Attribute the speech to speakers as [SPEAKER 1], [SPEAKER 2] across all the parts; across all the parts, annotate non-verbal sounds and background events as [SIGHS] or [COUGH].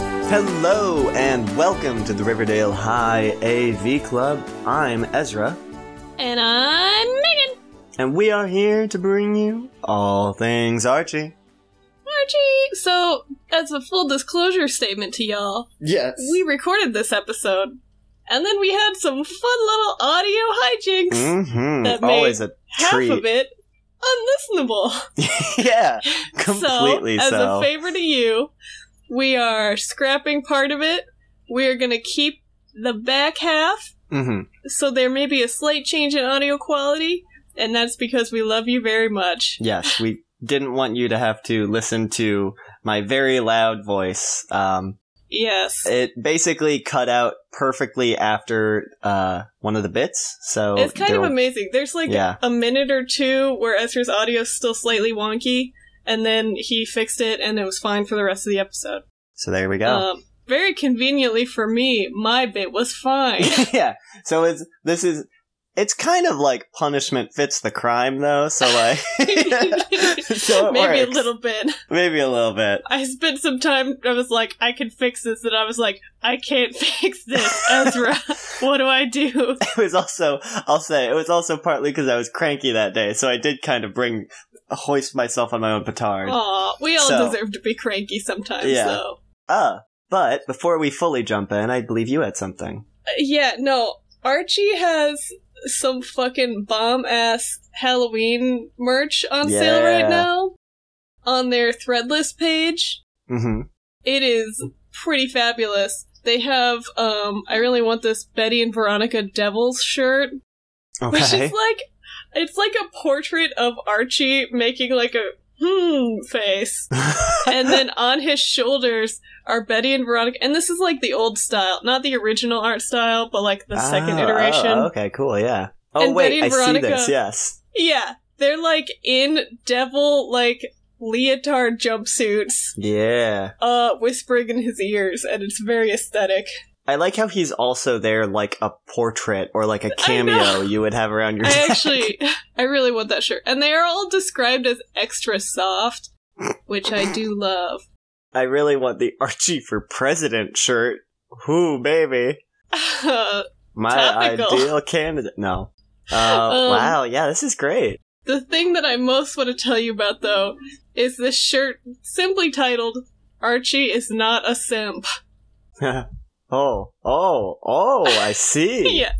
[SPEAKER 1] Hello and welcome to the Riverdale High AV Club. I'm Ezra,
[SPEAKER 2] And I'm Megan.
[SPEAKER 1] and we are here to bring you all things Archie.
[SPEAKER 2] Archie. So, as a full disclosure statement to y'all,
[SPEAKER 1] Yes.
[SPEAKER 2] we recorded this episode, and then we had some fun little audio hijinks.
[SPEAKER 1] Mm-hmm.
[SPEAKER 2] That made
[SPEAKER 1] Always a [LAUGHS]
[SPEAKER 2] Half
[SPEAKER 1] treat.
[SPEAKER 2] of it
[SPEAKER 1] [LAUGHS]
[SPEAKER 2] unlistenable. [LAUGHS]
[SPEAKER 1] yeah. Completely
[SPEAKER 2] so, as
[SPEAKER 1] so.
[SPEAKER 2] a favor to you, we are scrapping part of it. We are going to keep the back half,
[SPEAKER 1] mm-hmm.
[SPEAKER 2] so there may be a slight change in audio quality, and that's because we love you very much.
[SPEAKER 1] Yes, we didn't want you to have to listen to my very loud voice. Um,
[SPEAKER 2] Yes.
[SPEAKER 1] it basically cut out perfectly after uh, one of the bits. So
[SPEAKER 2] it's kind
[SPEAKER 1] there
[SPEAKER 2] of
[SPEAKER 1] will-
[SPEAKER 2] amazing. There's like
[SPEAKER 1] Yeah.
[SPEAKER 2] a minute or two where Ezra's audio's still slightly wonky, and then he fixed it, and it was fine for the rest of the episode.
[SPEAKER 1] So there we go.
[SPEAKER 2] Um, very conveniently for me, my bit was fine.
[SPEAKER 1] [LAUGHS]
[SPEAKER 2] [LAUGHS]
[SPEAKER 1] yeah. So it's this is it's kind of like punishment fits the crime though. So like [LAUGHS] so it
[SPEAKER 2] Maybe a
[SPEAKER 1] works.
[SPEAKER 2] little bit.
[SPEAKER 1] maybe a little bit. [LAUGHS]
[SPEAKER 2] I spent some time. I was like, I can fix this, and I was like, I can't [LAUGHS] fix
[SPEAKER 1] [LAUGHS]
[SPEAKER 2] this, Ezra. what do I do?
[SPEAKER 1] It was also I'll say it was also partly because I was cranky that day, so I did kind of bring hoist myself on my own petard.
[SPEAKER 2] Aw, we all
[SPEAKER 1] So-
[SPEAKER 2] deserve to be cranky sometimes,
[SPEAKER 1] Yeah.
[SPEAKER 2] though.
[SPEAKER 1] Uh, but before we fully jump in, I believe you had something.
[SPEAKER 2] Yeah, no. Archie has some fucking bomb ass Halloween merch on sale
[SPEAKER 1] Yeah.
[SPEAKER 2] right now on their Threadless page.
[SPEAKER 1] Mm-hmm.
[SPEAKER 2] It is pretty fabulous. They have um I really want this Betty and Veronica Devils shirt, [LAUGHS] which
[SPEAKER 1] Okay.
[SPEAKER 2] is like it's like a portrait of Archie making like a hmm face
[SPEAKER 1] [LAUGHS]
[SPEAKER 2] and then on his shoulders are Betty and Veronica. And this is like the old style, not the original art style, but like the second
[SPEAKER 1] Oh,
[SPEAKER 2] iteration.
[SPEAKER 1] oh, okay, cool. Yeah. Oh
[SPEAKER 2] And
[SPEAKER 1] wait,
[SPEAKER 2] Betty and
[SPEAKER 1] I see this.
[SPEAKER 2] Veronica-
[SPEAKER 1] Yes.
[SPEAKER 2] Yeah, they're like in devil like leotard jumpsuits,
[SPEAKER 1] Yeah.
[SPEAKER 2] uh, whispering in his ears, and it's very aesthetic.
[SPEAKER 1] I like how he's also there like a portrait or like a cameo
[SPEAKER 2] know.
[SPEAKER 1] you would have around your [LAUGHS]
[SPEAKER 2] I
[SPEAKER 1] neck.
[SPEAKER 2] actually, I really want that shirt, and they are all described as extra soft, which I do love. [LAUGHS]
[SPEAKER 1] I really want the Archie for president shirt. Whoo, baby.
[SPEAKER 2] Uh,
[SPEAKER 1] My
[SPEAKER 2] Topical.
[SPEAKER 1] ideal candidate. No. Uh,
[SPEAKER 2] [LAUGHS] Um,
[SPEAKER 1] wow, yeah, this is great.
[SPEAKER 2] The thing that I most want to tell you about, though, is this shirt simply titled Archie is Not a Simp. [LAUGHS]
[SPEAKER 1] Oh, oh, oh,
[SPEAKER 2] [LAUGHS]
[SPEAKER 1] I see.
[SPEAKER 2] yeah.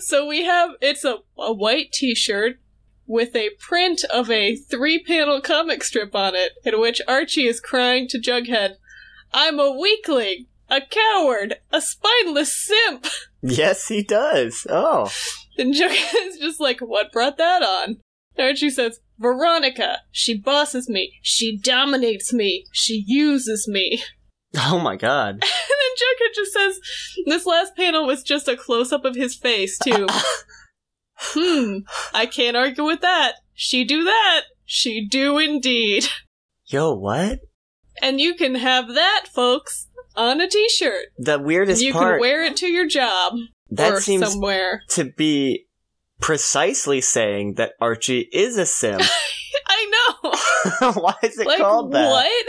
[SPEAKER 2] So we have it's a, a white t shirt with a print of a three panel comic strip on it, in which Archie is crying to Jughead, I'm a weakling, a coward, a spineless simp. [LAUGHS]
[SPEAKER 1] Yes, he does. Oh.
[SPEAKER 2] And Jughead's just like, What brought that on? Archie says, Veronica, she bosses me, she dominates me, she uses me. [LAUGHS]
[SPEAKER 1] Oh my god.
[SPEAKER 2] And then Jughead just says, "This last panel was just a close up of his face,
[SPEAKER 1] [LAUGHS]
[SPEAKER 2] too." hmm. I can't argue with that. She do that. She do indeed.
[SPEAKER 1] Yo, what?
[SPEAKER 2] And you can have that, folks, on a T-shirt.
[SPEAKER 1] The weirdest
[SPEAKER 2] you
[SPEAKER 1] part
[SPEAKER 2] can wear it to your job
[SPEAKER 1] that
[SPEAKER 2] or
[SPEAKER 1] seems
[SPEAKER 2] somewhere. [LAUGHS]
[SPEAKER 1] to be precisely saying that Archie is a
[SPEAKER 2] [LAUGHS]
[SPEAKER 1] sim.
[SPEAKER 2] I
[SPEAKER 1] [LAUGHS]
[SPEAKER 2] know.
[SPEAKER 1] Why is it
[SPEAKER 2] like
[SPEAKER 1] called that?
[SPEAKER 2] what?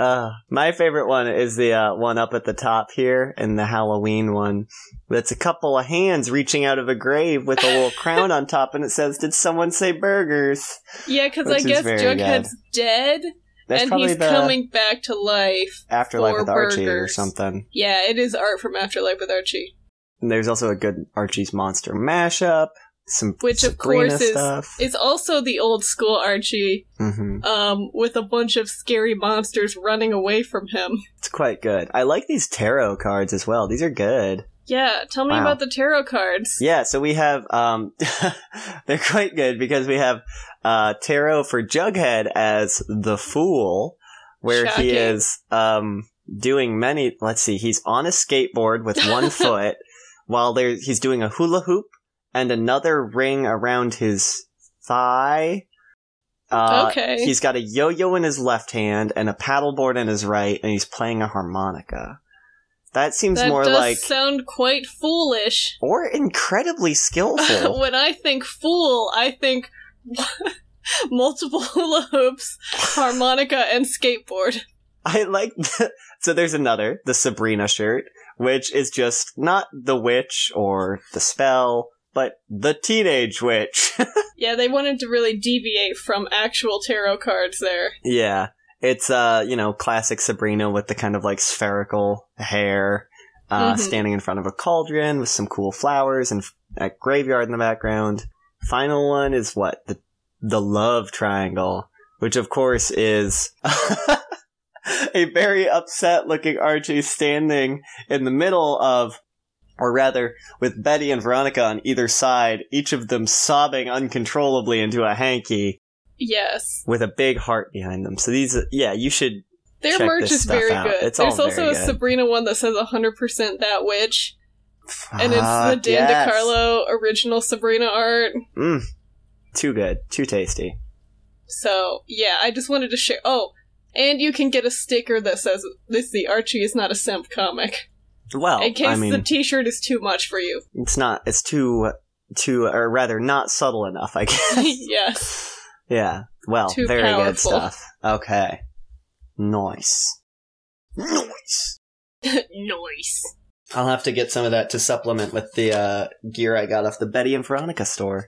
[SPEAKER 1] Uh, my favorite one is the uh, one up at the top here, and the Halloween one. That's a couple of hands reaching out of a grave with a little crown on top, and it says, "Did someone say burgers?"
[SPEAKER 2] Yeah, because
[SPEAKER 1] Which
[SPEAKER 2] I
[SPEAKER 1] is
[SPEAKER 2] guess
[SPEAKER 1] very
[SPEAKER 2] Jughead's dead,
[SPEAKER 1] That's
[SPEAKER 2] and
[SPEAKER 1] probably
[SPEAKER 2] he's
[SPEAKER 1] the
[SPEAKER 2] coming back to life.
[SPEAKER 1] afterlife
[SPEAKER 2] for
[SPEAKER 1] with Archie or
[SPEAKER 2] burgers.
[SPEAKER 1] something.
[SPEAKER 2] Yeah, it is art from Afterlife with Archie.
[SPEAKER 1] And there's also a good Archie's Monster mashup, some
[SPEAKER 2] Which, of
[SPEAKER 1] Sabrina
[SPEAKER 2] course, is-
[SPEAKER 1] stuff.
[SPEAKER 2] It's also the old school Archie.
[SPEAKER 1] hmm
[SPEAKER 2] um, with a bunch of scary monsters running away from him.
[SPEAKER 1] It's quite good. I like these tarot cards as well. These are good.
[SPEAKER 2] Yeah, tell me
[SPEAKER 1] Wow.
[SPEAKER 2] about the tarot cards.
[SPEAKER 1] Yeah, so we have um [LAUGHS] they're quite good because we have uh Tarot for Jughead as the fool where he
[SPEAKER 2] Shocking.
[SPEAKER 1] is um doing many let's see, he's on a skateboard with
[SPEAKER 2] [LAUGHS]
[SPEAKER 1] one foot while there he's doing a hula hoop and another ring around his thigh. Uh,
[SPEAKER 2] okay.
[SPEAKER 1] He's got a yo-yo in his left hand and a paddleboard in his right, and he's playing a harmonica. That seems
[SPEAKER 2] that
[SPEAKER 1] more
[SPEAKER 2] does
[SPEAKER 1] like
[SPEAKER 2] sound quite foolish.
[SPEAKER 1] or incredibly
[SPEAKER 2] [LAUGHS]
[SPEAKER 1] skillful. [LAUGHS]
[SPEAKER 2] when I think fool, I think [LAUGHS] multiple hula hoops, harmonica, and skateboard.
[SPEAKER 1] [LAUGHS] I like the, So there's another, the Sabrina shirt, which is just not the witch or the spell, but the teenage witch. [LAUGHS]
[SPEAKER 2] Yeah, they wanted to really deviate from actual tarot cards there.
[SPEAKER 1] yeah. It's uh, you know, classic Sabrina with the kind of like spherical hair, uh,
[SPEAKER 2] Mhm.
[SPEAKER 1] standing in front of a cauldron with some cool flowers and f- a graveyard in the background. Final one is what? The the love triangle, which of course is [LAUGHS] a very upset looking Archie standing in the middle of or rather, with Betty and Veronica on either side, each of them sobbing uncontrollably into a hanky
[SPEAKER 2] Yes.
[SPEAKER 1] with a big heart behind them. So these, yeah, you should.
[SPEAKER 2] Their
[SPEAKER 1] Check
[SPEAKER 2] merch
[SPEAKER 1] this
[SPEAKER 2] is
[SPEAKER 1] stuff
[SPEAKER 2] very
[SPEAKER 1] out.
[SPEAKER 2] good.
[SPEAKER 1] It's all
[SPEAKER 2] There's also
[SPEAKER 1] very
[SPEAKER 2] a
[SPEAKER 1] good.
[SPEAKER 2] Sabrina one that says 100% that witch, and it's the
[SPEAKER 1] Fuck, Ah,
[SPEAKER 2] Dan
[SPEAKER 1] yes.
[SPEAKER 2] DiCarlo original Sabrina art.
[SPEAKER 1] Mm, too good, too tasty.
[SPEAKER 2] So, yeah, I just wanted to share. Oh, and you can get a sticker that says this the Archie is not a simp comic.
[SPEAKER 1] Well,
[SPEAKER 2] in case
[SPEAKER 1] Oh, I mean,
[SPEAKER 2] the t-shirt is too much
[SPEAKER 1] [LAUGHS]
[SPEAKER 2] for you.
[SPEAKER 1] it's not. It's too, too, or rather, not subtle enough. I guess. [LAUGHS]
[SPEAKER 2] [LAUGHS] yes.
[SPEAKER 1] yeah. Well,
[SPEAKER 2] Too
[SPEAKER 1] very good
[SPEAKER 2] powerful.
[SPEAKER 1] stuff. Okay. Nice. Nice.
[SPEAKER 2] nice.
[SPEAKER 1] I'll have to get some of that to supplement with the uh, gear I got off the Betty and Veronica store.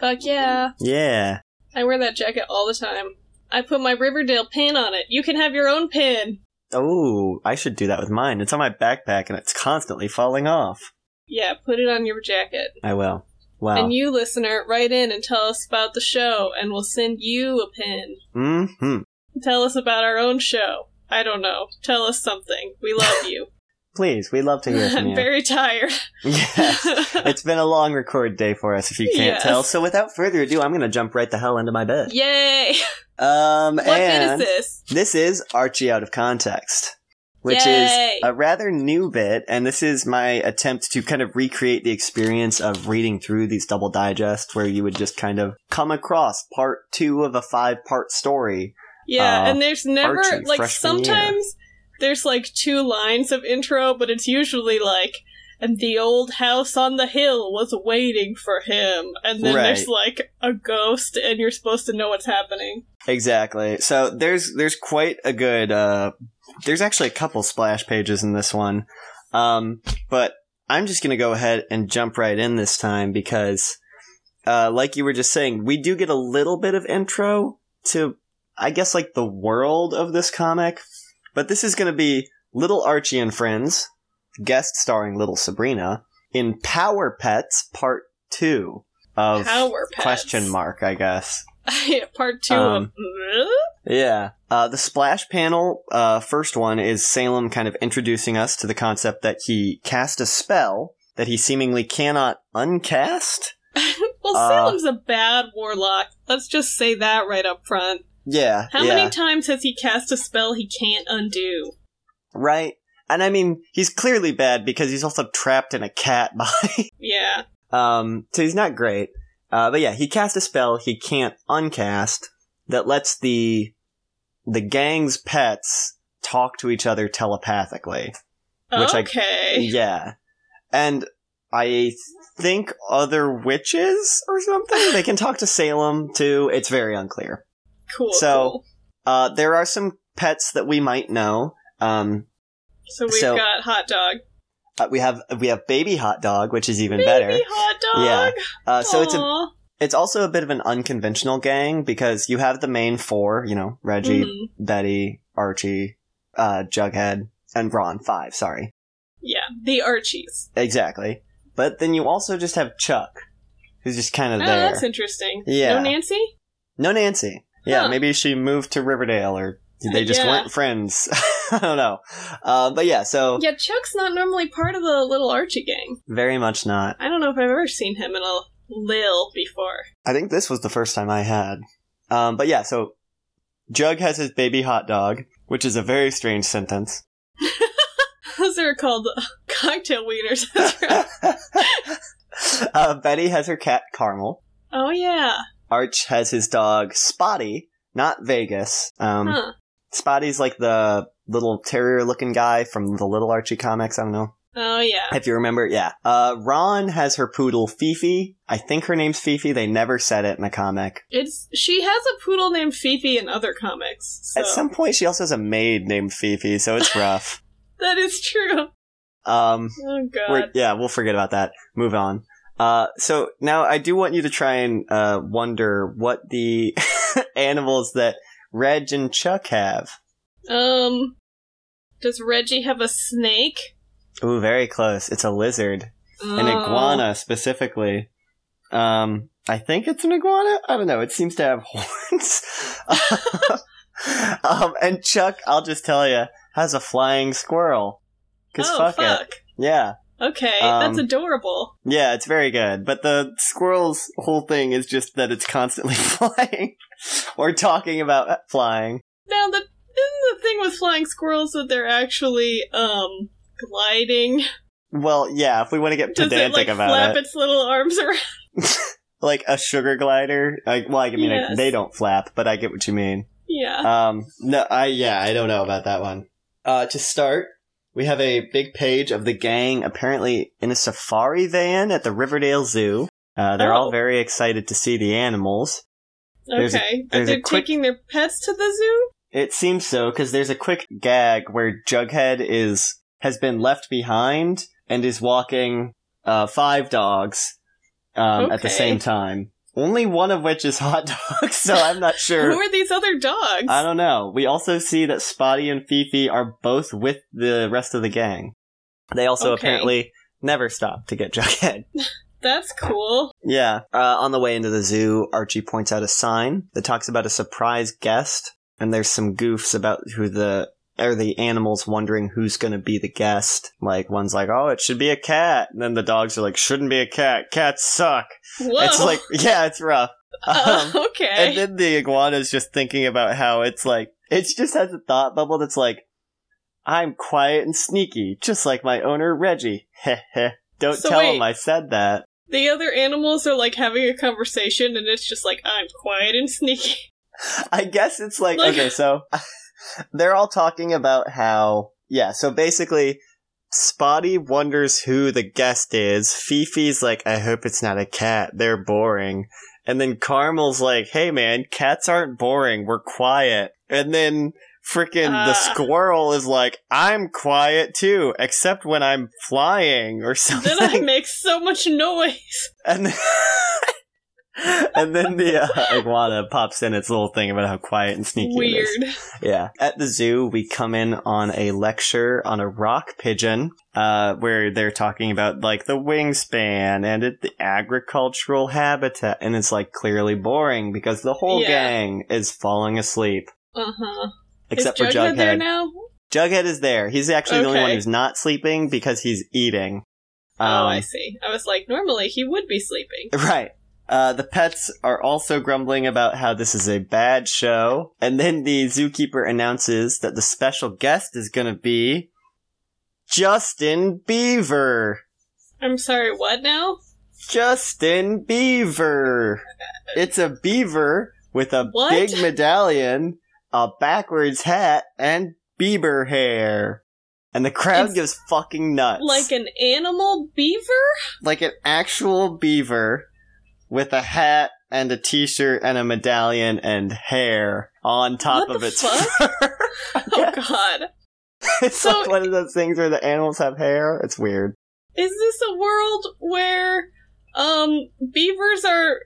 [SPEAKER 2] Fuck yeah.
[SPEAKER 1] Yeah.
[SPEAKER 2] I wear that jacket all the time. I put my Riverdale pin on it. You can have your own pin.
[SPEAKER 1] Oh, I should do that with mine. It's on my backpack and it's constantly falling off.
[SPEAKER 2] Yeah, put it on your jacket.
[SPEAKER 1] I will. Wow.
[SPEAKER 2] And you, listener, write in and tell us about the show, and we'll send you a pin.
[SPEAKER 1] hmm
[SPEAKER 2] Tell us about our own show. I don't know. Tell us something. We
[SPEAKER 1] [LAUGHS]
[SPEAKER 2] love you.
[SPEAKER 1] Please, we'd love to hear from
[SPEAKER 2] [LAUGHS] I'm
[SPEAKER 1] you. [LAUGHS]
[SPEAKER 2] very tired.
[SPEAKER 1] yes. It's been a long record day for us, if you can't
[SPEAKER 2] Yes.
[SPEAKER 1] tell. So without further ado, I'm going to jump right the hell into my bed.
[SPEAKER 2] Yay! [LAUGHS]
[SPEAKER 1] Um,
[SPEAKER 2] What
[SPEAKER 1] and
[SPEAKER 2] bit is this?
[SPEAKER 1] this is Archie Out of Context, which
[SPEAKER 2] Yay.
[SPEAKER 1] is a rather new bit, and this is my attempt to kind of recreate the experience of reading through these double digests where you would just kind of come across part two of a five part story.
[SPEAKER 2] Yeah,
[SPEAKER 1] uh,
[SPEAKER 2] and there's never
[SPEAKER 1] Archie,
[SPEAKER 2] like
[SPEAKER 1] freshman year.
[SPEAKER 2] sometimes there's like two lines of intro, but it's usually like and the old house on the hill was waiting for him. And then there's like a ghost and you're supposed to know what's happening.
[SPEAKER 1] Exactly. So there's there's quite a good uh there's actually a couple splash pages in this one. Um but I'm just going to go ahead and jump right in this time because uh like you were just saying, we do get a little bit of intro to I guess like the world of this comic, but this is going to be Little Archie and Friends, guest starring Little Sabrina in Power Pets Part 2 of
[SPEAKER 2] Power pets.
[SPEAKER 1] question
[SPEAKER 2] [LAUGHS]
[SPEAKER 1] mark, I guess.
[SPEAKER 2] Part two
[SPEAKER 1] Um,
[SPEAKER 2] of
[SPEAKER 1] Yeah. Uh, the splash panel, uh, first one is Salem kind of introducing us to the concept that he cast a spell that he seemingly cannot uncast.
[SPEAKER 2] [LAUGHS] Well
[SPEAKER 1] uh,
[SPEAKER 2] Salem's a bad warlock. Let's just say that right up front.
[SPEAKER 1] Yeah.
[SPEAKER 2] How
[SPEAKER 1] yeah.
[SPEAKER 2] many times has he cast a spell he can't undo?
[SPEAKER 1] right. And I mean, he's clearly bad because he's also trapped in a cat [LAUGHS] body.
[SPEAKER 2] Yeah.
[SPEAKER 1] um, so he's not great. Uh, but yeah, he cast a spell he can't uncast that lets the the gang's pets talk to each other telepathically. Which I-
[SPEAKER 2] okay.
[SPEAKER 1] Yeah. And I think other witches or something? They can talk to Salem too. It's very unclear.
[SPEAKER 2] Cool.
[SPEAKER 1] so-
[SPEAKER 2] cool.
[SPEAKER 1] Uh, there are some pets that we might know. Um,
[SPEAKER 2] So we've
[SPEAKER 1] so-
[SPEAKER 2] got hot dog.
[SPEAKER 1] uh, we have we have baby hot dog, which is even
[SPEAKER 2] Baby
[SPEAKER 1] better.
[SPEAKER 2] hot dog.
[SPEAKER 1] Uh, so it's a,
[SPEAKER 2] Aw.
[SPEAKER 1] it's also a bit of an unconventional gang because you have the main four, you know, Reggie,
[SPEAKER 2] Mhm.
[SPEAKER 1] Betty, Archie, uh, Jughead, and Ron. Five, sorry,
[SPEAKER 2] Yeah, the Archies.
[SPEAKER 1] exactly. But then you also just have Chuck, who's just kind
[SPEAKER 2] Oh,
[SPEAKER 1] of there.
[SPEAKER 2] that's interesting.
[SPEAKER 1] Yeah.
[SPEAKER 2] No Nancy?
[SPEAKER 1] No Nancy. Yeah,
[SPEAKER 2] Huh.
[SPEAKER 1] maybe she moved to Riverdale or they just
[SPEAKER 2] Yeah.
[SPEAKER 1] weren't friends. [LAUGHS] I don't know. Uh, but yeah, so
[SPEAKER 2] Yeah, Chuck's not normally part of the little Archie gang.
[SPEAKER 1] very much not.
[SPEAKER 2] I don't know if I've ever seen him in a Lil before. [LAUGHS]
[SPEAKER 1] I think this was the first time I had. Um, but yeah, so Jug has his baby hot dog, which is a very strange sentence. [LAUGHS]
[SPEAKER 2] Those are called [LAUGHS] cocktail wieners. [LAUGHS]
[SPEAKER 1] [LAUGHS] uh, Betty has her cat Carmel.
[SPEAKER 2] oh, yeah.
[SPEAKER 1] Arch has his dog Spotty, not Vegas. Um,
[SPEAKER 2] huh.
[SPEAKER 1] Spotty's like the little terrier looking guy from the Little Archie comics. I don't know.
[SPEAKER 2] Oh yeah.
[SPEAKER 1] If you remember, yeah. Uh, Ron has her poodle Fifi. I think her name's Fifi. They never said it in the comic.
[SPEAKER 2] It's she has a poodle named Fifi in other comics. So
[SPEAKER 1] At some point, she also has a maid named Fifi, so it's
[SPEAKER 2] [LAUGHS]
[SPEAKER 1] rough.
[SPEAKER 2] that is true.
[SPEAKER 1] um,
[SPEAKER 2] Oh
[SPEAKER 1] we're-
[SPEAKER 2] god.
[SPEAKER 1] yeah, we'll forget about that. Move on. Uh, so now I do want you to try and uh, wonder what the [LAUGHS] animals that Reg and Chuck have.
[SPEAKER 2] Um does Reggie have a snake?
[SPEAKER 1] Ooh, very close. It's a lizard, an
[SPEAKER 2] Oh.
[SPEAKER 1] iguana specifically. Um, I think it's an iguana. I don't know. It seems to have [LAUGHS] horns. um, and Chuck, I'll just tell you, has a flying squirrel. Cause
[SPEAKER 2] oh
[SPEAKER 1] fuck, it.
[SPEAKER 2] fuck.
[SPEAKER 1] Yeah,
[SPEAKER 2] Okay,
[SPEAKER 1] Um,
[SPEAKER 2] that's adorable.
[SPEAKER 1] yeah, it's very good. But the squirrel's whole thing is just that it's constantly [LAUGHS] flying or talking about flying.
[SPEAKER 2] Now the isn't the thing with flying squirrels that they're actually um gliding? [LAUGHS]
[SPEAKER 1] Well, yeah, if we want to get
[SPEAKER 2] Does
[SPEAKER 1] pedantic
[SPEAKER 2] it like
[SPEAKER 1] about
[SPEAKER 2] flap
[SPEAKER 1] it,
[SPEAKER 2] its little arms [LAUGHS] around?
[SPEAKER 1] like a sugar glider. Like, well, I mean, like,
[SPEAKER 2] Yes.
[SPEAKER 1] they don't flap, but I get what you mean.
[SPEAKER 2] Yeah.
[SPEAKER 1] Um, no, I yeah, I don't know about that one. Uh, to start, we have a big page of the gang apparently in a safari van at the Riverdale Zoo. Uh, they're all
[SPEAKER 2] Oh.
[SPEAKER 1] very excited to see the animals. There's a-
[SPEAKER 2] okay. Are
[SPEAKER 1] there's a
[SPEAKER 2] they
[SPEAKER 1] quick-
[SPEAKER 2] taking their pets to the zoo?
[SPEAKER 1] It seems so because there's a quick gag where Jughead is has been left behind and is walking uh, five dogs um, at the
[SPEAKER 2] Okay.
[SPEAKER 1] same time. Only one of which is hot [LAUGHS] dogs, so I'm not sure.
[SPEAKER 2] Who are these other dogs?
[SPEAKER 1] I don't know. We also see that Spotty and Fifi are both with the rest of the gang. They also
[SPEAKER 2] Okay.
[SPEAKER 1] apparently never stop to get [LAUGHS] Jughead.
[SPEAKER 2] That's cool.
[SPEAKER 1] Yeah. Uh, on the way into the zoo, Archie points out a sign that talks about a surprise guest, and there's some goofs about who the or the animals wondering who's going to be the guest. Like one's like, "Oh, it should be a cat," and then the dogs are like, "Shouldn't be a cat. Cats suck." [LAUGHS]
[SPEAKER 2] Whoa.
[SPEAKER 1] It's
[SPEAKER 2] [LAUGHS]
[SPEAKER 1] like, [LAUGHS] yeah, it's rough. Um,
[SPEAKER 2] Oh, [LAUGHS] okay.
[SPEAKER 1] and then the iguana's just thinking about how it's like it just has a thought bubble that's like, I'm quiet and sneaky, just like my owner Reggie. [LAUGHS] Heh heh. Don't
[SPEAKER 2] So
[SPEAKER 1] tell
[SPEAKER 2] wait.
[SPEAKER 1] him I said that.
[SPEAKER 2] the other animals are like having a conversation, and it's just like I'm quiet and sneaky. [LAUGHS]
[SPEAKER 1] I guess it's like,
[SPEAKER 2] Like-
[SPEAKER 1] okay, so [LAUGHS] they're all talking about how yeah, so basically Spotty wonders who the guest is. Fifi's like, I hope it's not a cat. They're boring. And then Carmel's like, hey man, cats aren't boring. We're quiet. And then freaking the
[SPEAKER 2] Ah.
[SPEAKER 1] squirrel is like, I'm quiet too, except when I'm flying or [LAUGHS] something.
[SPEAKER 2] then I make so much noise.
[SPEAKER 1] And then, [LAUGHS] and then the uh, iguana pops in its little thing about how quiet and sneaky it is.
[SPEAKER 2] Weird.
[SPEAKER 1] Yeah. At the zoo, we come in on a lecture on a rock pigeon, uh, where they're talking about like the wingspan and it, the agricultural habitat, and it's like clearly boring because the whole
[SPEAKER 2] Yeah.
[SPEAKER 1] gang is falling asleep,
[SPEAKER 2] Uh huh.
[SPEAKER 1] except
[SPEAKER 2] is
[SPEAKER 1] for
[SPEAKER 2] Jughead
[SPEAKER 1] Jughead.
[SPEAKER 2] there now?
[SPEAKER 1] Jughead is there. He's actually the only one
[SPEAKER 2] Okay.
[SPEAKER 1] who's not sleeping because he's eating.
[SPEAKER 2] oh,
[SPEAKER 1] Um,
[SPEAKER 2] I see. I was like, normally he would be sleeping.
[SPEAKER 1] Right. Uh, the pets are also grumbling about how this is a bad show. And then the zookeeper announces that the special guest is going to be Justin Beaver.
[SPEAKER 2] I'm sorry. What now?
[SPEAKER 1] Justin Beaver. It's a beaver with a
[SPEAKER 2] What?
[SPEAKER 1] big medallion, a backwards hat, and beaver hair. And the crowd
[SPEAKER 2] It's
[SPEAKER 1] gives fucking nuts.
[SPEAKER 2] Like an animal beaver?
[SPEAKER 1] [LAUGHS] like an actual beaver with a hat and a t-shirt and a medallion and hair on top
[SPEAKER 2] What
[SPEAKER 1] of
[SPEAKER 2] the
[SPEAKER 1] its
[SPEAKER 2] fuck?
[SPEAKER 1] fur.
[SPEAKER 2] Oh God.
[SPEAKER 1] [LAUGHS] it's
[SPEAKER 2] So-
[SPEAKER 1] like one of those things where the animals have hair. It's weird.
[SPEAKER 2] Is this a world where um beavers are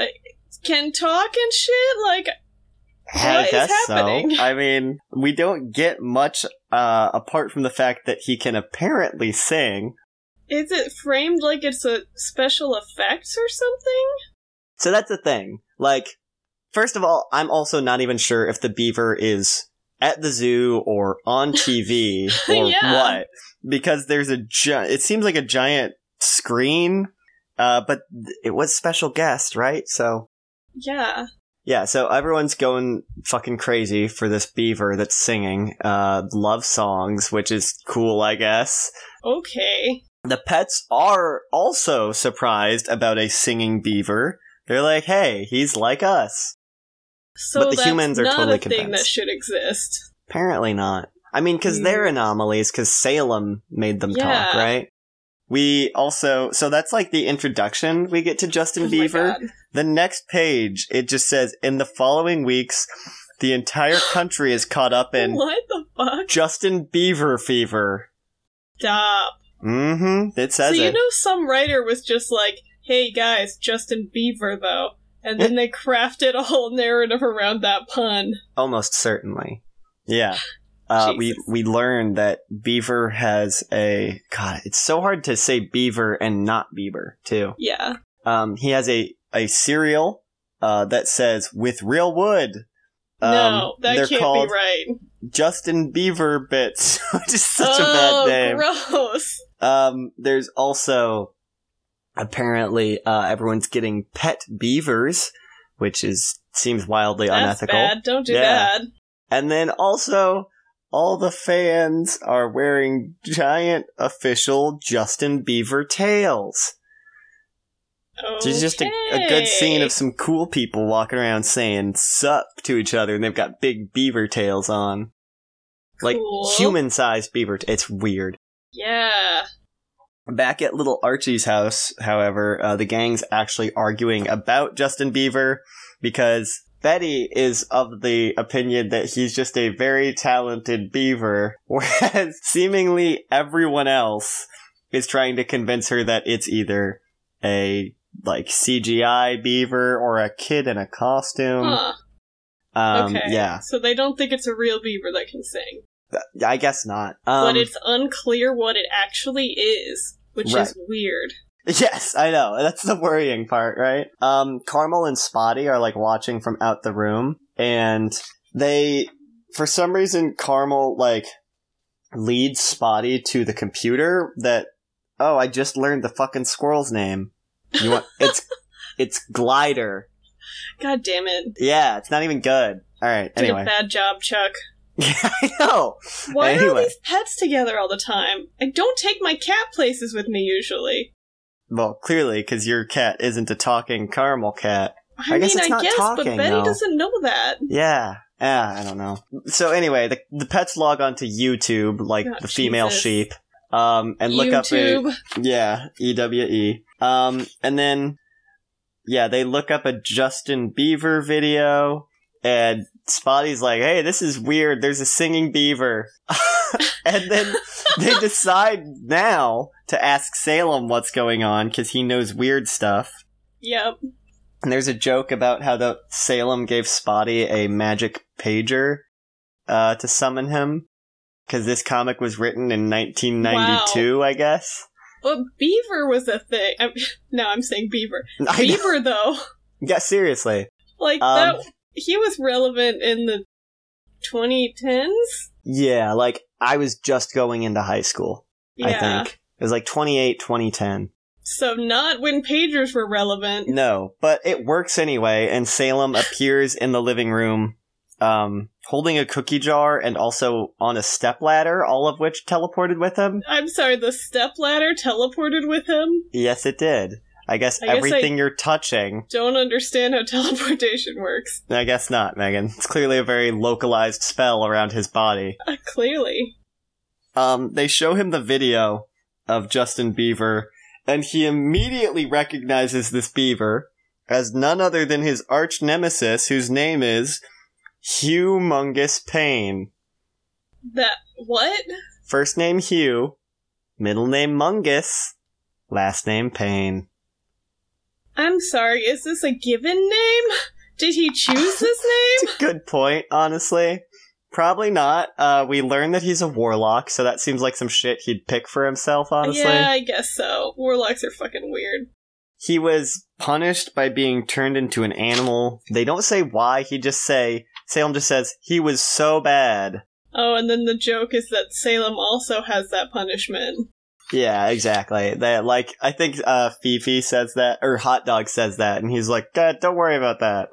[SPEAKER 2] uh, can talk and shit? Like What
[SPEAKER 1] I
[SPEAKER 2] is
[SPEAKER 1] guess
[SPEAKER 2] happening?
[SPEAKER 1] so. I mean, we don't get much uh, apart from the fact that he can apparently sing.
[SPEAKER 2] is it framed like it's a special effects or something?
[SPEAKER 1] So that's the thing. Like, first of all, I'm also not even sure if the beaver is at the zoo or on TV or
[SPEAKER 2] Yeah.
[SPEAKER 1] what, because there's a gi- it seems like a giant screen, uh, but th- it was special guest, right? So
[SPEAKER 2] Yeah.
[SPEAKER 1] yeah, so everyone's going fucking crazy for this beaver that's singing uh, love songs, which is cool, I guess.
[SPEAKER 2] Okay.
[SPEAKER 1] The pets are also surprised about a singing beaver. They're like, "Hey, he's like us."
[SPEAKER 2] So
[SPEAKER 1] But the
[SPEAKER 2] that's
[SPEAKER 1] humans are
[SPEAKER 2] not
[SPEAKER 1] totally
[SPEAKER 2] a thing that
[SPEAKER 1] convinced.
[SPEAKER 2] should exist.
[SPEAKER 1] Apparently not. I mean, because
[SPEAKER 2] Hmm.
[SPEAKER 1] they're anomalies, because Salem made them talk,
[SPEAKER 2] Yeah.
[SPEAKER 1] right? We also, so that's like the introduction we get to Justin
[SPEAKER 2] [LAUGHS] Oh my
[SPEAKER 1] Bieber.
[SPEAKER 2] God.
[SPEAKER 1] The next page, it just says, in the following weeks, the entire
[SPEAKER 2] [GASPS]
[SPEAKER 1] country is caught up in
[SPEAKER 2] [LAUGHS] What the fuck?
[SPEAKER 1] Justin Beaver fever.
[SPEAKER 2] Stop.
[SPEAKER 1] Mm hmm. It
[SPEAKER 2] So
[SPEAKER 1] says
[SPEAKER 2] you
[SPEAKER 1] it.
[SPEAKER 2] know some writer was just like, hey guys, Justin Bieber though. And
[SPEAKER 1] [LAUGHS]
[SPEAKER 2] then they crafted a whole narrative around that pun.
[SPEAKER 1] Almost certainly. Yeah. Uh, we
[SPEAKER 2] Jesus.
[SPEAKER 1] we learn that Beaver has a God. It's so hard to say Beaver and not Bieber too.
[SPEAKER 2] Yeah.
[SPEAKER 1] Um, he has a a cereal uh, that says with real wood. Um,
[SPEAKER 2] no, that
[SPEAKER 1] they're
[SPEAKER 2] can't
[SPEAKER 1] called
[SPEAKER 2] be right.
[SPEAKER 1] Justin Beaver bits, [LAUGHS] which is such
[SPEAKER 2] oh,
[SPEAKER 1] a bad name.
[SPEAKER 2] gross.
[SPEAKER 1] Um, there's also apparently uh, everyone's getting pet beavers, which is seems wildly [LAUGHS]
[SPEAKER 2] That's
[SPEAKER 1] unethical.
[SPEAKER 2] bad. Don't do
[SPEAKER 1] Yeah.
[SPEAKER 2] that.
[SPEAKER 1] And then also, all the fans are wearing giant official Justin Beaver tails.
[SPEAKER 2] Okay.
[SPEAKER 1] There's just a, a good scene of some cool people walking around saying sup to each other, and they've got big beaver tails on. Like
[SPEAKER 2] Cool.
[SPEAKER 1] human sized beaver. T- it's weird.
[SPEAKER 2] Yeah.
[SPEAKER 1] Back at little Archie's house, however, uh, the gang's actually arguing about Justin Bieber because Betty is of the opinion that he's just a very talented beaver, [LAUGHS] whereas seemingly everyone else is trying to convince her that it's either a like CGI beaver or a kid in a costume.
[SPEAKER 2] Huh.
[SPEAKER 1] Um,
[SPEAKER 2] okay.
[SPEAKER 1] Yeah,
[SPEAKER 2] So they don't think it's a real beaver that can sing,
[SPEAKER 1] Th- I guess not.
[SPEAKER 2] but
[SPEAKER 1] Um,
[SPEAKER 2] it's unclear what it actually is, which
[SPEAKER 1] Right.
[SPEAKER 2] is weird.
[SPEAKER 1] [LAUGHS] Yes, I know. That's the worrying part, right? Um, Carmel and Spotty are like watching from out the room, and they, for some reason, Carmel like leads Spotty to the computer. That oh, I just learned the fucking squirrel's name. You want it's it's Glider.
[SPEAKER 2] God damn it!
[SPEAKER 1] Yeah, it's not even good. All right.
[SPEAKER 2] Did
[SPEAKER 1] Anyway,
[SPEAKER 2] a bad job, Chuck.
[SPEAKER 1] [LAUGHS] I know.
[SPEAKER 2] Why are all
[SPEAKER 1] Anyway.
[SPEAKER 2] these pets together all the time? I don't take my cat places with me usually.
[SPEAKER 1] Well, clearly, because your cat isn't a talking Carmel cat.
[SPEAKER 2] I,
[SPEAKER 1] I guess
[SPEAKER 2] mean,
[SPEAKER 1] it's
[SPEAKER 2] I
[SPEAKER 1] not
[SPEAKER 2] guess,
[SPEAKER 1] talking,
[SPEAKER 2] but Betty
[SPEAKER 1] though.
[SPEAKER 2] doesn't know that.
[SPEAKER 1] Yeah. Yeah, I don't know. So anyway, the, the pets log onto YouTube, like
[SPEAKER 2] Oh,
[SPEAKER 1] the female
[SPEAKER 2] Jesus.
[SPEAKER 1] sheep, um, and look up a
[SPEAKER 2] YouTube.
[SPEAKER 1] yeah E W E, um, and then yeah, they look up a Justin Beaver video, and Spotty's like, "Hey, this is weird. There's a singing beaver," [LAUGHS] and then
[SPEAKER 2] [LAUGHS]
[SPEAKER 1] they decide now to ask Salem what's going on because he knows weird stuff.
[SPEAKER 2] Yep.
[SPEAKER 1] And there's a joke about how the Salem gave Spotty a magic pager uh, to summon him because this comic was written in 1992, I guess. [LAUGHS]
[SPEAKER 2] But beaver was a thing. I'm, [LAUGHS] no, I'm saying beaver.
[SPEAKER 1] I know.
[SPEAKER 2] Beaver though, [LAUGHS]
[SPEAKER 1] Yeah, seriously.
[SPEAKER 2] like
[SPEAKER 1] Um,
[SPEAKER 2] that, he was relevant in the 2010s.
[SPEAKER 1] Yeah, like I was just going into high school. I think it was like 28, 2010.
[SPEAKER 2] So not when pagers were relevant.
[SPEAKER 1] No, but it works anyway. And Salem appears in the living room, um, holding a cookie jar and also on a stepladder, all of which teleported with him.
[SPEAKER 2] I'm sorry, the stepladder teleported with him.
[SPEAKER 1] Yes, it did. I guess
[SPEAKER 2] I guess I-
[SPEAKER 1] everything you're touching.
[SPEAKER 2] Don't understand how [LAUGHS] teleportation works.
[SPEAKER 1] I guess not, Megan. It's clearly a very localized spell around his body.
[SPEAKER 2] Uh, clearly.
[SPEAKER 1] Um, they show him the video of Justin Beaver, and he immediately recognizes this beaver as none other than his arch nemesis, whose name is Humongous Pain.
[SPEAKER 2] That what?
[SPEAKER 1] First name Hugh, middle name Mungus, last name Pain.
[SPEAKER 2] I'm sorry, is this a given name? Did he
[SPEAKER 1] [LAUGHS]
[SPEAKER 2] choose this name?
[SPEAKER 1] It's a good point, honestly. Probably not. Uh, we learned that he's a warlock, so that seems like some shit he'd pick for himself, honestly.
[SPEAKER 2] Yeah, I guess so. Warlocks are fucking weird.
[SPEAKER 1] He was punished by being turned into an animal. They don't say why, he just say Salem just says he was so bad.
[SPEAKER 2] Oh, and then the joke is that Salem also has that punishment. [LAUGHS]
[SPEAKER 1] Yeah, exactly. That like I think uh Fifi says that or Hot Dog says that and he's like, "God, don't worry about that."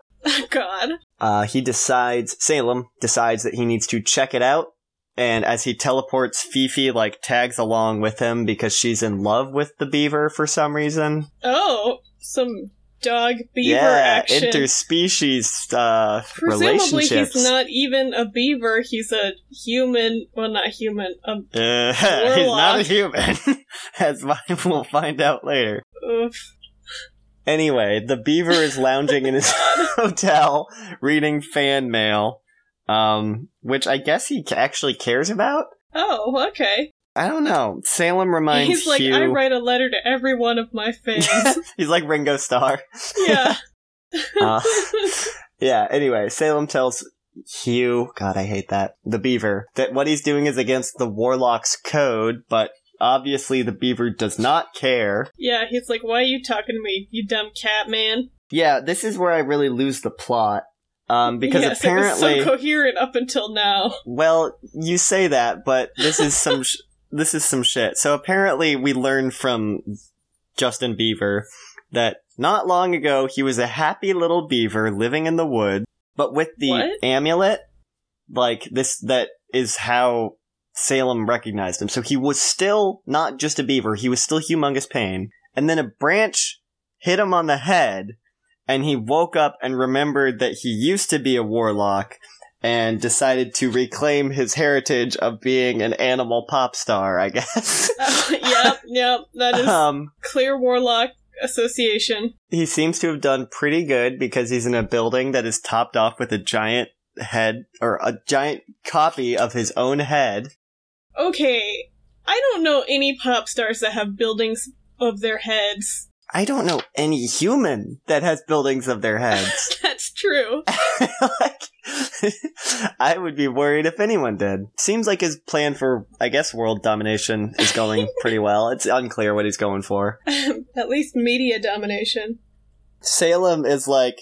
[SPEAKER 2] God.
[SPEAKER 1] Uh, he decides, Salem decides that he needs to check it out. And as he teleports, Fifi like tags along with him because she's in love with the beaver for some reason.
[SPEAKER 2] Oh, some dog beaver
[SPEAKER 1] yeah,
[SPEAKER 2] action.
[SPEAKER 1] interspecies uh,
[SPEAKER 2] Presumably,
[SPEAKER 1] relationships.
[SPEAKER 2] he's not even a beaver. He's a human. Well, not human. A
[SPEAKER 1] Uh, [LAUGHS] he's not a
[SPEAKER 2] Warlock.
[SPEAKER 1] human, [LAUGHS] as I- we'll find out later.
[SPEAKER 2] oof.
[SPEAKER 1] Anyway, the beaver is lounging in his [LAUGHS] hotel reading fan mail, um, which I guess he ca- actually cares about.
[SPEAKER 2] Oh, okay.
[SPEAKER 1] I don't know. Salem reminds
[SPEAKER 2] he's like,
[SPEAKER 1] Hugh.
[SPEAKER 2] I write a letter to every one of my fans.
[SPEAKER 1] [LAUGHS] he's like Ringo Starr.
[SPEAKER 2] yeah. [LAUGHS]
[SPEAKER 1] Uh, yeah. Anyway, Salem tells Hugh. God, I hate that the beaver that what he's doing is against the warlock's code, but obviously the beaver does not care.
[SPEAKER 2] yeah, he's like, why are you talking to me, you dumb cat man?
[SPEAKER 1] Yeah, this is where I really lose the plot. Um, because
[SPEAKER 2] Yes, it was
[SPEAKER 1] apparently,
[SPEAKER 2] so coherent up until now. [LAUGHS]
[SPEAKER 1] well, you say that, but this is some sh- [LAUGHS] this is some shit. So apparently, we learned from Justin Beaver that not long ago he was a happy little beaver living in the woods, but with the
[SPEAKER 2] What?
[SPEAKER 1] amulet, like this, that is how Salem recognized him. So he was still not just a beaver; he was still humongous pain. And then a branch hit him on the head, and he woke up and remembered that he used to be a warlock and decided to reclaim his heritage of being an animal pop star, I guess.
[SPEAKER 2] Uh, yep, yep. [LAUGHS] That
[SPEAKER 1] [LAUGHS]
[SPEAKER 2] is
[SPEAKER 1] um,
[SPEAKER 2] clear warlock association.
[SPEAKER 1] he seems to have done pretty good because he's in a building that is topped off with a giant head or a giant copy of his own head.
[SPEAKER 2] Okay, I don't know any pop stars that have buildings of their heads. [LAUGHS]
[SPEAKER 1] I don't know any human that has buildings of their heads.
[SPEAKER 2] That's true. [LAUGHS]
[SPEAKER 1] [LAUGHS] like, [LAUGHS] I would be worried if anyone did. Seems like his plan for, I guess, world domination is
[SPEAKER 2] [LAUGHS]
[SPEAKER 1] going pretty well. It's unclear what he's going for.
[SPEAKER 2] At least media domination.
[SPEAKER 1] Salem is like,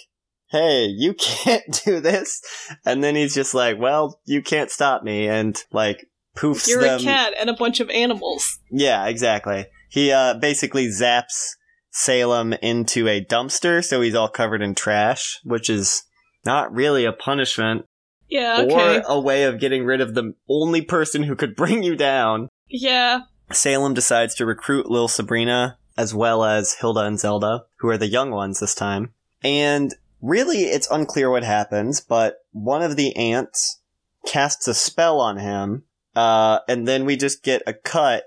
[SPEAKER 1] hey, you [LAUGHS] can't do this. And then he's just like, well, you can't stop me. And like, poofs
[SPEAKER 2] You're
[SPEAKER 1] them.
[SPEAKER 2] a cat and a bunch of animals.
[SPEAKER 1] Yeah, exactly. He uh, basically zaps Salem into a dumpster, so he's all covered in trash, which is not really a punishment
[SPEAKER 2] Yeah, okay.
[SPEAKER 1] or a way of getting rid of the only person who could bring you down.
[SPEAKER 2] yeah.
[SPEAKER 1] Salem decides to recruit Lil Sabrina as well as Hilda and Zelda, who are the young ones this time. And really, it's unclear what happens, but one of the ants casts a spell on him, uh, and then we just get a cut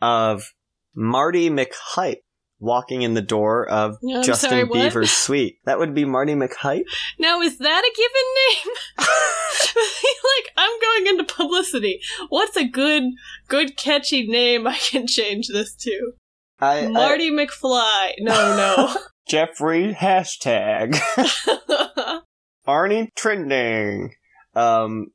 [SPEAKER 1] of Marty McHype walking in the door of
[SPEAKER 2] No, I'm
[SPEAKER 1] Justin
[SPEAKER 2] sorry, what?
[SPEAKER 1] Beaver's suite. That would be Marty McHype.
[SPEAKER 2] Now, is that a given name? [LAUGHS] like, I'm going into publicity. What's a good, good, catchy name I can change this to?
[SPEAKER 1] I, I-
[SPEAKER 2] Marty McFly. No,
[SPEAKER 1] Jeffrey hashtag. [LAUGHS]
[SPEAKER 2] no.
[SPEAKER 1] Arnie Trending. Um,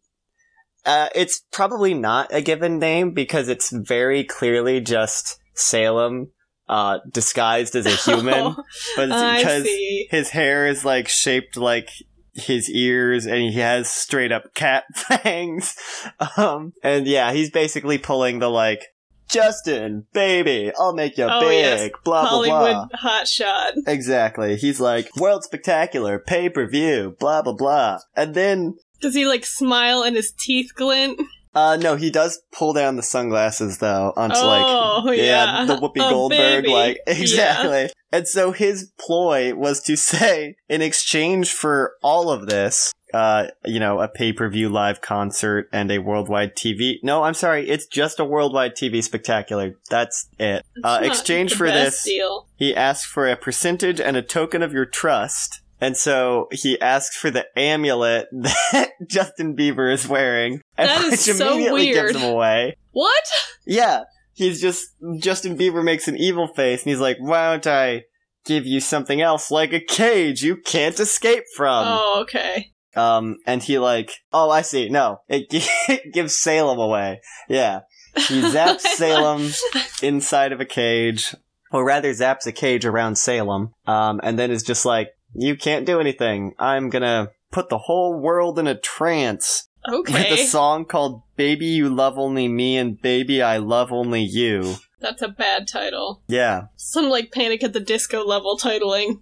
[SPEAKER 1] uh, it's probably not a given name because it's very clearly just Salem uh, disguised
[SPEAKER 2] [LAUGHS]
[SPEAKER 1] as a human. but it's
[SPEAKER 2] Oh, I
[SPEAKER 1] because
[SPEAKER 2] see.
[SPEAKER 1] his hair is like shaped like his ears and he has straight up cat [LAUGHS] fangs. Um, and yeah, he's basically pulling the like, Justin, baby, I'll make you
[SPEAKER 2] Oh,
[SPEAKER 1] big,
[SPEAKER 2] yes.
[SPEAKER 1] blah, blah, blah.
[SPEAKER 2] Hollywood hotshot.
[SPEAKER 1] Exactly. He's like, world spectacular, pay per view, blah, blah, blah. And then,
[SPEAKER 2] Does he like smile and his teeth glint?
[SPEAKER 1] uh, no, he does pull down the sunglasses though, onto
[SPEAKER 2] Oh,
[SPEAKER 1] like,
[SPEAKER 2] yeah.
[SPEAKER 1] the
[SPEAKER 2] [LAUGHS]
[SPEAKER 1] Whoopi
[SPEAKER 2] Oh,
[SPEAKER 1] Goldberg,
[SPEAKER 2] baby.
[SPEAKER 1] like, [LAUGHS]
[SPEAKER 2] Yeah.
[SPEAKER 1] exactly. And so his ploy was to [LAUGHS] say, in exchange for all of this, uh, you know, a pay per view live concert and a worldwide TV. No, I'm sorry, it's just a worldwide TV spectacular. That's it. Uh,
[SPEAKER 2] It's not
[SPEAKER 1] exchange
[SPEAKER 2] the
[SPEAKER 1] for this.
[SPEAKER 2] best deal.
[SPEAKER 1] He asks for a percentage and a token of your trust. And so he asks for the amulet [LAUGHS] that Justin Bieber is wearing, and
[SPEAKER 2] That is
[SPEAKER 1] which
[SPEAKER 2] so
[SPEAKER 1] immediately
[SPEAKER 2] weird.
[SPEAKER 1] gives him away.
[SPEAKER 2] What?
[SPEAKER 1] Yeah, he's just Justin Bieber makes an evil face, and he's like, "Why don't I give you something else, like a cage you can't escape from?"
[SPEAKER 2] oh,
[SPEAKER 1] [LAUGHS]
[SPEAKER 2] okay.
[SPEAKER 1] Um, and he like, "Oh, I see. No, it, gi- [LAUGHS] it gives Salem away. Yeah, he zaps Salem." inside of a cage, or rather zaps a cage around Salem, um, and then is just like, you can't do anything. I'm gonna put the whole world in a trance with a
[SPEAKER 2] okay.
[SPEAKER 1] song called Baby You Love Only Me and Baby I Love Only You.
[SPEAKER 2] That's a bad title.
[SPEAKER 1] Yeah.
[SPEAKER 2] Some like Panic at the Disco level titling.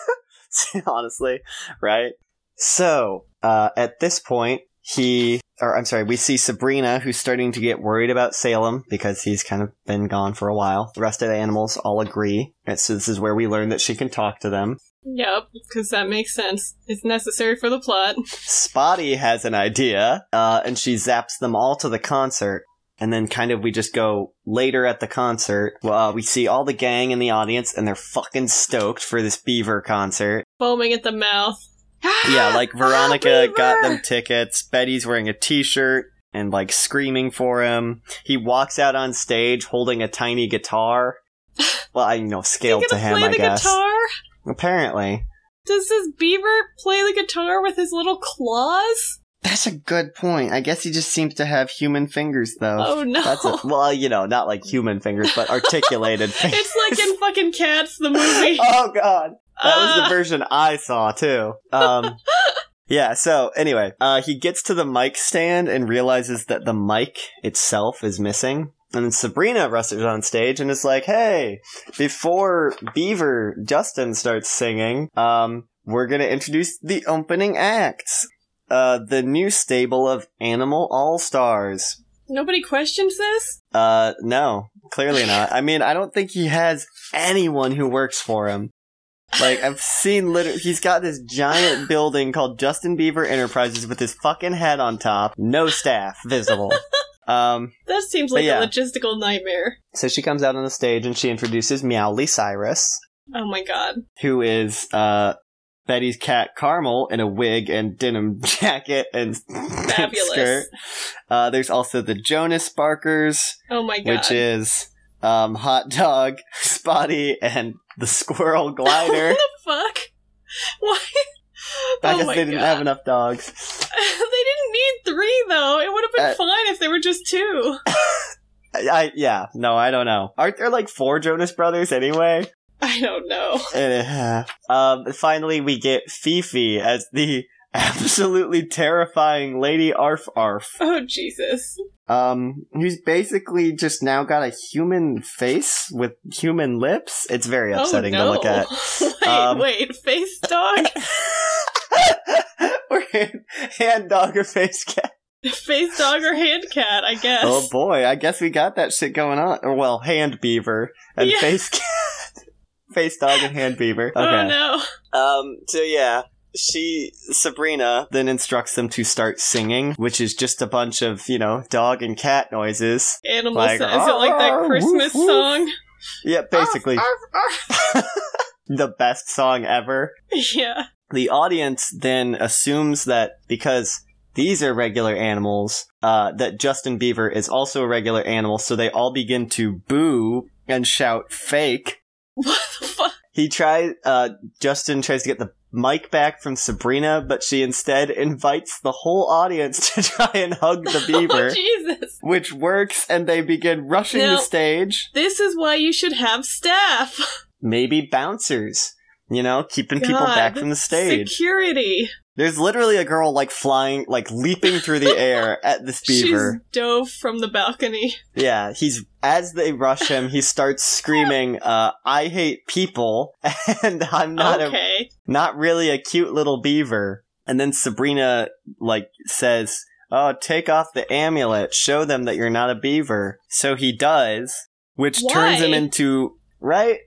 [SPEAKER 1] [LAUGHS] honestly, right? So, uh, at this point, he or I'm sorry, we see Sabrina, who's starting to get worried about Salem because he's kind of been gone for a while. The rest of the animals all agree. And so this is where we learn that she can talk to them.
[SPEAKER 2] Yep, because that makes sense. It's necessary for the plot.
[SPEAKER 1] Spotty has an idea, uh, and she zaps them all to the concert. And then, kind of, we just go later at the concert. Uh, we see all the gang in the audience, and they're fucking stoked for this beaver concert.
[SPEAKER 2] Foaming at the mouth. [GASPS] [LAUGHS]
[SPEAKER 1] Yeah,
[SPEAKER 2] Oh,
[SPEAKER 1] like Veronica
[SPEAKER 2] Beaver!
[SPEAKER 1] got them tickets. Betty's wearing a t shirt and like screaming for him. He walks out on stage holding a tiny
[SPEAKER 2] [LAUGHS]
[SPEAKER 1] guitar. Well, I you know,
[SPEAKER 2] Is he
[SPEAKER 1] scaled
[SPEAKER 2] gonna
[SPEAKER 1] to him,
[SPEAKER 2] play
[SPEAKER 1] I
[SPEAKER 2] the
[SPEAKER 1] guess.
[SPEAKER 2] guitar?
[SPEAKER 1] Apparently.
[SPEAKER 2] Does this beaver play the guitar with his little claws?
[SPEAKER 1] That's a good point. I guess he just seems to have human fingers, though.
[SPEAKER 2] Oh, no.
[SPEAKER 1] That's a, well, you know, not like human fingers, but articulated fingers.
[SPEAKER 2] [LAUGHS] it's
[SPEAKER 1] [LAUGHS]
[SPEAKER 2] like in fucking Cats, the movie.
[SPEAKER 1] oh god, that was
[SPEAKER 2] Ah.
[SPEAKER 1] the version I saw too. Um, yeah. So anyway, uh, he gets to the mic stand and realizes that the mic itself is missing. And then Sabrina rushes on stage and is like, "Hey, before Beaver Justin starts singing, um, we're gonna introduce the opening acts." Uh, the new stable of Animal All Stars.
[SPEAKER 2] Nobody questions this?
[SPEAKER 1] Uh, no, clearly not. I mean, I don't think he has anyone who works for him. Like, I've seen literally, he's got this giant building called Justin Bieber Enterprises with his fucking head on top, no staff visible. um,
[SPEAKER 2] That seems
[SPEAKER 1] But
[SPEAKER 2] like
[SPEAKER 1] yeah.
[SPEAKER 2] a logistical nightmare.
[SPEAKER 1] so she comes out on the stage and she introduces Meowly Cyrus,
[SPEAKER 2] Oh my god.
[SPEAKER 1] who is, uh, Betty's cat Carmel in a wig and denim [LAUGHS] jacket and
[SPEAKER 2] Fabulous.
[SPEAKER 1] skirt. Uh, there's also the Jonas Sparkers,
[SPEAKER 2] Oh my god.
[SPEAKER 1] which is um, hot dog, [LAUGHS] spotty, and the
[SPEAKER 2] [LAUGHS]
[SPEAKER 1] squirrel glider.
[SPEAKER 2] what the fuck? [LAUGHS] Why?
[SPEAKER 1] I
[SPEAKER 2] oh
[SPEAKER 1] guess
[SPEAKER 2] my
[SPEAKER 1] they didn't
[SPEAKER 2] god.
[SPEAKER 1] have enough dogs.
[SPEAKER 2] [LAUGHS] they didn't need three though. It would have been
[SPEAKER 1] Uh,
[SPEAKER 2] fine if they were just two.
[SPEAKER 1] I, I yeah, no, I don't know. Aren't there like four Jonas Brothers anyway?
[SPEAKER 2] I don't know.
[SPEAKER 1] Eh, um, finally, we get Fifi as the [LAUGHS] absolutely terrifying Lady Arf Arf,
[SPEAKER 2] Oh Jesus.
[SPEAKER 1] um, who's basically just now got a human face with human lips. It's very upsetting
[SPEAKER 2] oh, no.
[SPEAKER 1] to look at.
[SPEAKER 2] [LAUGHS] wait,
[SPEAKER 1] Um,
[SPEAKER 2] wait, face
[SPEAKER 1] [LAUGHS]
[SPEAKER 2] dog,
[SPEAKER 1] Or hand, hand dog or face cat.
[SPEAKER 2] face dog or hand cat? I guess.
[SPEAKER 1] Oh boy, I guess we got that shit going on. Or well, hand beaver and
[SPEAKER 2] Yeah.
[SPEAKER 1] face cat, [LAUGHS] face dog and hand beaver.
[SPEAKER 2] Oh,
[SPEAKER 1] Okay.
[SPEAKER 2] no.
[SPEAKER 1] Um. So yeah, she Sabrina then instructs them to start singing, which is just a bunch of you know dog and cat noises.
[SPEAKER 2] Animal
[SPEAKER 1] Like,
[SPEAKER 2] sound. Is it like
[SPEAKER 1] "Arr, [LAUGHS]
[SPEAKER 2] that
[SPEAKER 1] woof,
[SPEAKER 2] Christmas
[SPEAKER 1] woof."
[SPEAKER 2] song? Oh,
[SPEAKER 1] Yeah, [LAUGHS] basically
[SPEAKER 2] Arf, arf, arf.
[SPEAKER 1] the best song ever.
[SPEAKER 2] [LAUGHS] Yeah. [LAUGHS]
[SPEAKER 1] The audience then assumes that because. These are regular animals. Uh, that Justin Beaver is also a regular animal, so they all begin to boo and shout "fake,"
[SPEAKER 2] What the fuck? [LAUGHS] Oh,
[SPEAKER 1] He tries. Uh, Justin tries to get the mic back from Sabrina, but she instead invites the whole audience [LAUGHS] to try and hug the
[SPEAKER 2] [LAUGHS] Oh,
[SPEAKER 1] beaver,
[SPEAKER 2] Jesus.
[SPEAKER 1] which works, and they begin rushing
[SPEAKER 2] No.
[SPEAKER 1] the stage.
[SPEAKER 2] This is why you should have staff. [LAUGHS]
[SPEAKER 1] Maybe bouncers, you know, keeping people
[SPEAKER 2] God.
[SPEAKER 1] back from the stage.
[SPEAKER 2] Security.
[SPEAKER 1] There's literally a girl like flying, like leaping through
[SPEAKER 2] [LAUGHS]
[SPEAKER 1] the air at this beaver.
[SPEAKER 2] She's dove from the balcony.
[SPEAKER 1] Yeah, he's as they rush him, he
[SPEAKER 2] [LAUGHS]
[SPEAKER 1] starts screaming, uh, "I hate people," [LAUGHS] and I'm not a
[SPEAKER 2] okay.
[SPEAKER 1] not really a cute little beaver. And then Sabrina like says, "Oh, take off the amulet. Show them that you're not a beaver." So he does, which
[SPEAKER 2] Why?
[SPEAKER 1] turns him into right.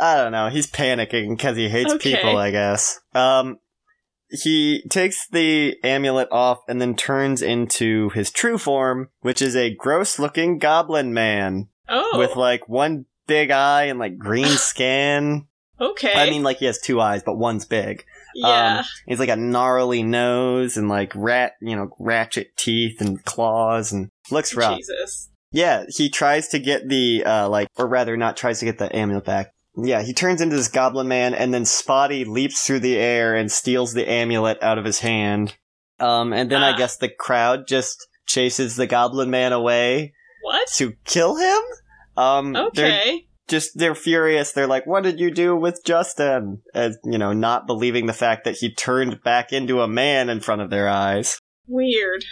[SPEAKER 1] I don't know. He's panicking because he hates
[SPEAKER 2] Okay.
[SPEAKER 1] people. I guess. Um, he takes the amulet off and then turns into his true form, which is a gross-looking goblin man
[SPEAKER 2] Oh.
[SPEAKER 1] with like one big eye and like
[SPEAKER 2] [GASPS]
[SPEAKER 1] green skin.
[SPEAKER 2] okay.
[SPEAKER 1] I mean, like he has two eyes, but one's big.
[SPEAKER 2] yeah.
[SPEAKER 1] Um, he's like a gnarly nose and like rat, you know, ratchet teeth and claws and looks rough.
[SPEAKER 2] Jesus.
[SPEAKER 1] Yeah, he tries to get the uh, like, or rather, not tries to get the amulet back. Yeah, he turns into this goblin man, and then Spotty leaps through the air and steals the amulet out of his hand. Um, and then I
[SPEAKER 2] Ah.
[SPEAKER 1] guess the crowd just chases the goblin man away
[SPEAKER 2] What?
[SPEAKER 1] to kill him. Um, they're
[SPEAKER 2] Okay.
[SPEAKER 1] just they're furious. They're like, "What did you do with Justin?" As you know, not believing the fact that he turned back into a man in front of their eyes.
[SPEAKER 2] Weird.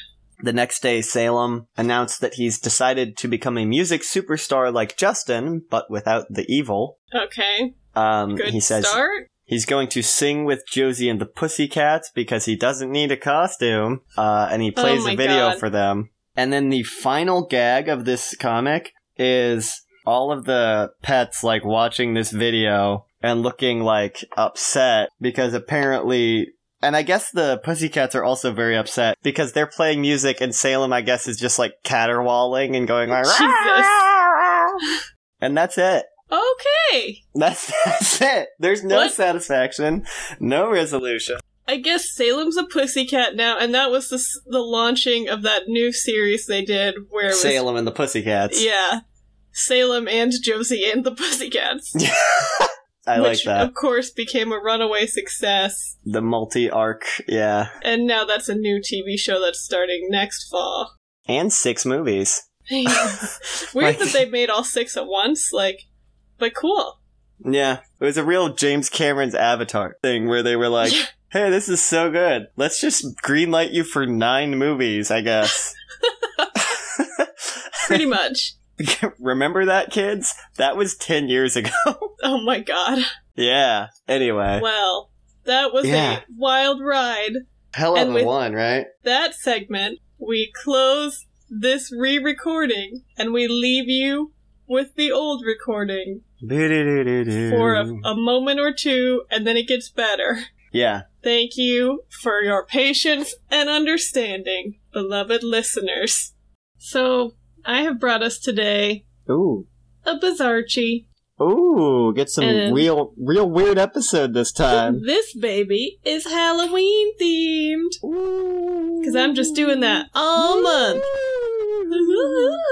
[SPEAKER 1] The next day, Salem announced that he's decided to become a music superstar like Justin, but without the evil.
[SPEAKER 2] Okay.
[SPEAKER 1] Um,
[SPEAKER 2] Good
[SPEAKER 1] he says,
[SPEAKER 2] start.
[SPEAKER 1] He's going to sing with Josie and the Pussycats because he doesn't need a costume, uh, and he
[SPEAKER 2] Oh
[SPEAKER 1] plays
[SPEAKER 2] my
[SPEAKER 1] a video
[SPEAKER 2] God.
[SPEAKER 1] for them. And then the final gag of this comic is all of the pets like watching this video and looking like upset because apparently. And I guess the Pussycats are also very upset because they're playing music, and Salem, I guess, is just like caterwauling and
[SPEAKER 2] [LAUGHS]
[SPEAKER 1] going like,
[SPEAKER 2] Jesus.
[SPEAKER 1] and that's it.
[SPEAKER 2] Okay.
[SPEAKER 1] That's, [LAUGHS] that's it. There's no
[SPEAKER 2] What?
[SPEAKER 1] satisfaction, no resolution.
[SPEAKER 2] I guess Salem's a pussycat now, and that was the, s- the launching of that new series they did where it was.
[SPEAKER 1] Salem and the Pussycats.
[SPEAKER 2] Yeah. Salem and Josie and the [LAUGHS] Pussycats.
[SPEAKER 1] [LAUGHS] I like
[SPEAKER 2] which,
[SPEAKER 1] that.
[SPEAKER 2] of course, became a runaway success.
[SPEAKER 1] The multi arc, yeah.
[SPEAKER 2] And now that's a new TV show that's starting next fall. [LAUGHS]
[SPEAKER 1] And six movies. [LAUGHS]
[SPEAKER 2] Weird
[SPEAKER 1] Like-
[SPEAKER 2] that they made all six at once, like, but cool.
[SPEAKER 1] Yeah. It was a real James Cameron's Avatar thing where they were like, hey, this is so good. Let's just greenlight you for nine movies, I
[SPEAKER 2] [LAUGHS]
[SPEAKER 1] guess. [LAUGHS]
[SPEAKER 2] Pretty much.
[SPEAKER 1] Remember that, kids? That was 10 years ago. [LAUGHS]
[SPEAKER 2] Oh my god.
[SPEAKER 1] yeah. Anyway.
[SPEAKER 2] Well, that was
[SPEAKER 1] Yeah.
[SPEAKER 2] a wild ride.
[SPEAKER 1] Hell
[SPEAKER 2] and
[SPEAKER 1] of a
[SPEAKER 2] with-
[SPEAKER 1] one, right?
[SPEAKER 2] That segment, we close this re recording and we leave you with the old recording for a, a moment or two, and then it gets better.
[SPEAKER 1] Yeah.
[SPEAKER 2] Thank you for your patience and understanding, beloved listeners. So, I have brought us today
[SPEAKER 1] Ooh.
[SPEAKER 2] a Bizarchi.
[SPEAKER 1] Ooh, get some
[SPEAKER 2] And-
[SPEAKER 1] real, real weird episode this
[SPEAKER 2] [LAUGHS]
[SPEAKER 1] time.
[SPEAKER 2] this baby is Halloween themed. Because
[SPEAKER 1] Because
[SPEAKER 2] I'm just doing that
[SPEAKER 1] [LAUGHS]
[SPEAKER 2] all month. Woohoo!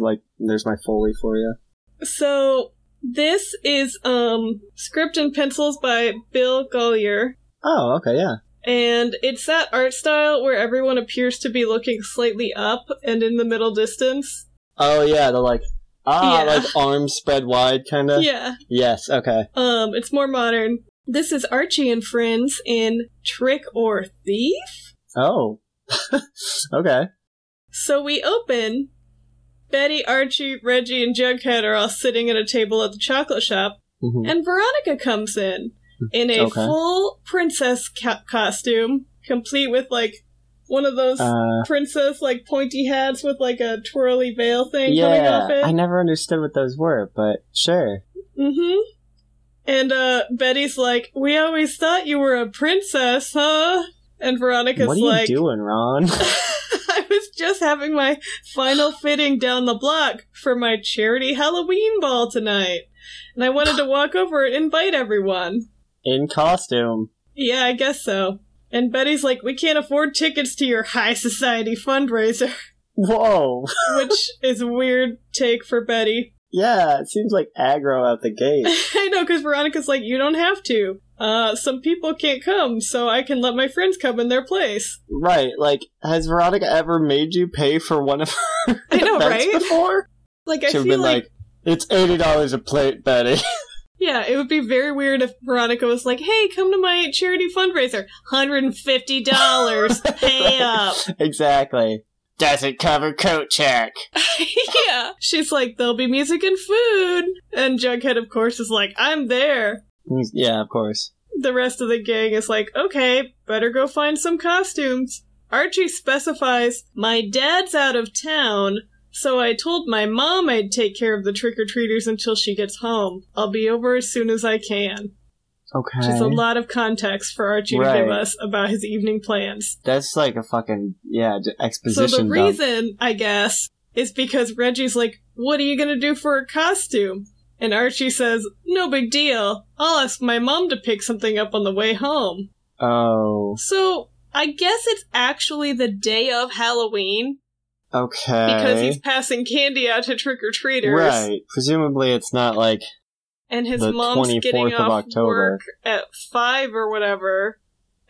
[SPEAKER 1] Like, there's my foley for you.
[SPEAKER 2] So this is um script and pencils by Bill Gollier.
[SPEAKER 1] Oh, okay, yeah.
[SPEAKER 2] And it's that art style where everyone appears to be looking slightly up and in the middle distance.
[SPEAKER 1] Oh, yeah, the like, ah,
[SPEAKER 2] Yeah.
[SPEAKER 1] like arms spread wide, kind of.
[SPEAKER 2] Yeah.
[SPEAKER 1] Yes, okay.
[SPEAKER 2] Um, it's more modern. This is Archie and Friends in Trick or Thief.
[SPEAKER 1] Oh, [LAUGHS] okay.
[SPEAKER 2] So we open. Betty, Archie, Reggie, and Jughead are all sitting at a table at the chocolate shop.
[SPEAKER 1] Mhm.
[SPEAKER 2] And Veronica comes in in a
[SPEAKER 1] Okay.
[SPEAKER 2] full princess ca- costume, complete with like one of those
[SPEAKER 1] Uh,
[SPEAKER 2] princess like pointy hats with like a twirly veil thing coming
[SPEAKER 1] yeah,
[SPEAKER 2] off it.
[SPEAKER 1] I never understood what those were, but sure.
[SPEAKER 2] mm-hmm. And uh, Betty's like, "We always thought you were a princess, huh?" And Veronica's
[SPEAKER 1] What are you
[SPEAKER 2] like,
[SPEAKER 1] doing, Ron?
[SPEAKER 2] [LAUGHS]
[SPEAKER 1] [LAUGHS]
[SPEAKER 2] "I was just having my final fitting down the block for my charity Halloween ball tonight, and I wanted to walk over and invite everyone."
[SPEAKER 1] In costume.
[SPEAKER 2] Yeah, I guess so. And Betty's like, we can't afford tickets to your high society fundraiser, [LAUGHS]
[SPEAKER 1] Whoa.
[SPEAKER 2] which is a weird take for Betty. [LAUGHS]
[SPEAKER 1] Yeah, it seems like aggro out the gate.
[SPEAKER 2] I know, because Veronica's like, you don't have to. Uh, some people can't come, so I can let my friends come in their
[SPEAKER 1] [LAUGHS]
[SPEAKER 2] place.
[SPEAKER 1] right, like, has Veronica ever made you pay for one of her
[SPEAKER 2] I know,
[SPEAKER 1] events
[SPEAKER 2] right?
[SPEAKER 1] before?
[SPEAKER 2] [LAUGHS] Like, I
[SPEAKER 1] She'd
[SPEAKER 2] feel
[SPEAKER 1] have been
[SPEAKER 2] like,
[SPEAKER 1] like, it's $80 a plate, Betty.
[SPEAKER 2] yeah, it would be very weird if Veronica was like, hey, come to my charity fundraiser.
[SPEAKER 1] [LAUGHS]
[SPEAKER 2] $150, pay up.
[SPEAKER 1] [LAUGHS]
[SPEAKER 2] [LAUGHS]
[SPEAKER 1] exactly. Doesn't cover coat check.
[SPEAKER 2] yeah. She's like, there'll be music and food. And Jughead, of course, is like, I'm there.
[SPEAKER 1] Mm, Yeah, of course.
[SPEAKER 2] the rest of the gang is like, okay, better go find some costumes. Archie specifies, my dad's out of town, so I told my mom I'd take care of the trick or treaters until she gets home. I'll be over as soon as I can.
[SPEAKER 1] Okay.
[SPEAKER 2] Which is a lot of context for Archie to give
[SPEAKER 1] Right.
[SPEAKER 2] us about his evening plans.
[SPEAKER 1] That's like a fucking, yeah, d-
[SPEAKER 2] So
[SPEAKER 1] exposition
[SPEAKER 2] the
[SPEAKER 1] dump.
[SPEAKER 2] reason, I guess, is because Reggie's like, What are you gonna do for a costume? And Archie says, No big deal. I'll ask my mom to pick something up on the way home.
[SPEAKER 1] Oh,
[SPEAKER 2] So I guess it's actually the day of Halloween
[SPEAKER 1] okay.
[SPEAKER 2] because he's passing candy out to trick or treaters,
[SPEAKER 1] Right. Presumably it's not like,
[SPEAKER 2] and his
[SPEAKER 1] The
[SPEAKER 2] mom's
[SPEAKER 1] 24th
[SPEAKER 2] getting
[SPEAKER 1] of
[SPEAKER 2] off
[SPEAKER 1] October.
[SPEAKER 2] work at five or whatever,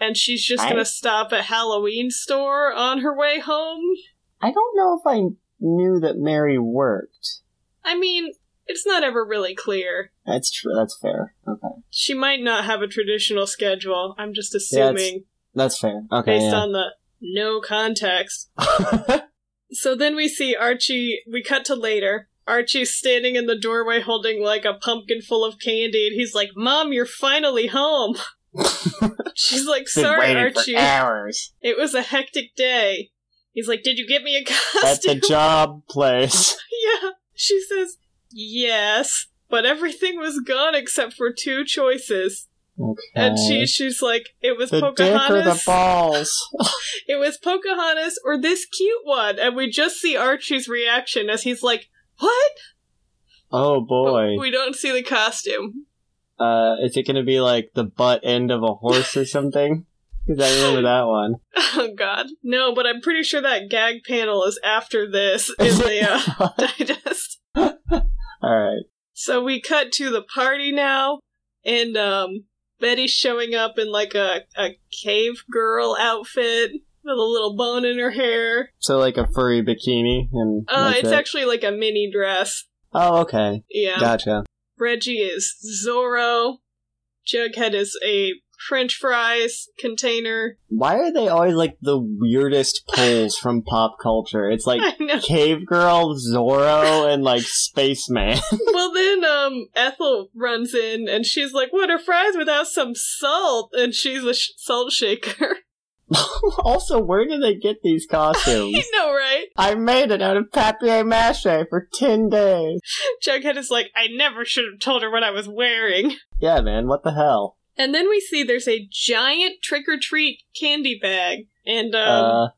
[SPEAKER 2] and she's just
[SPEAKER 1] I-
[SPEAKER 2] gonna stop at Halloween store on her way home.
[SPEAKER 1] I don't know if I knew that Mary worked.
[SPEAKER 2] I mean, it's not ever really clear.
[SPEAKER 1] That's true. That's fair. Okay.
[SPEAKER 2] She might not have a traditional schedule. I'm just
[SPEAKER 1] Yeah, it's-
[SPEAKER 2] assuming
[SPEAKER 1] That's fair. Okay.
[SPEAKER 2] based
[SPEAKER 1] yeah.
[SPEAKER 2] on the
[SPEAKER 1] [LAUGHS]
[SPEAKER 2] no context. So then we see Archie. We cut to later. Archie's standing in the doorway holding like a pumpkin full of candy, and he's like, Mom, you're finally home. [LAUGHS] She's like,
[SPEAKER 1] Been
[SPEAKER 2] Sorry,
[SPEAKER 1] waiting
[SPEAKER 2] Archie.
[SPEAKER 1] for
[SPEAKER 2] [LAUGHS]
[SPEAKER 1] hours
[SPEAKER 2] It was a hectic day. He's like, Did you get me a [LAUGHS]
[SPEAKER 1] at
[SPEAKER 2] costume?
[SPEAKER 1] the job place.
[SPEAKER 2] yeah. She says, Yes. But everything was gone except for two choices.
[SPEAKER 1] Okay.
[SPEAKER 2] And she she's like, It was
[SPEAKER 1] the dick or the
[SPEAKER 2] Pocahontas.
[SPEAKER 1] balls?
[SPEAKER 2] it was Pocahontas or this cute one. And we just see Archie's reaction as he's like, What?
[SPEAKER 1] Oh boy.
[SPEAKER 2] We don't see the costume. [LAUGHS]
[SPEAKER 1] Uh, is it gonna be like the butt end of a horse or
[SPEAKER 2] [LAUGHS]
[SPEAKER 1] something? Because I remember that one.
[SPEAKER 2] Oh god. No, but I'm pretty sure that gag panel is
[SPEAKER 1] [LAUGHS]
[SPEAKER 2] after this in the uh, [LAUGHS] digest.
[SPEAKER 1] All right.
[SPEAKER 2] So we cut to the party now, and um, Betty's showing up in like a, a cave girl outfit with a little bone in her hair.
[SPEAKER 1] So like a furry bikini and.
[SPEAKER 2] Uh,
[SPEAKER 1] like
[SPEAKER 2] it's
[SPEAKER 1] that.
[SPEAKER 2] actually like a mini dress.
[SPEAKER 1] Oh, okay.
[SPEAKER 2] Yeah.
[SPEAKER 1] Gotcha.
[SPEAKER 2] Reggie is Zorro. Jughead is a French fries container.
[SPEAKER 1] Why are they always like the weirdest pulls from pop culture? It's
[SPEAKER 2] [LAUGHS]
[SPEAKER 1] like
[SPEAKER 2] I know.
[SPEAKER 1] Cave Girl, Zorro, and like Spaceman. [LAUGHS]
[SPEAKER 2] well then um ethel runs in and she's like what are fries without some salt and she's a sh- salt shaker [LAUGHS]
[SPEAKER 1] also, where do they get these
[SPEAKER 2] you
[SPEAKER 1] costumes?
[SPEAKER 2] know right
[SPEAKER 1] I made it out of papier mache for 10 days.
[SPEAKER 2] jughead is like i never should have told her what i was wearing
[SPEAKER 1] Yeah, man, what the hell?
[SPEAKER 2] and then we see there's a giant trick-or-treat candy bag and um
[SPEAKER 1] Uh, as,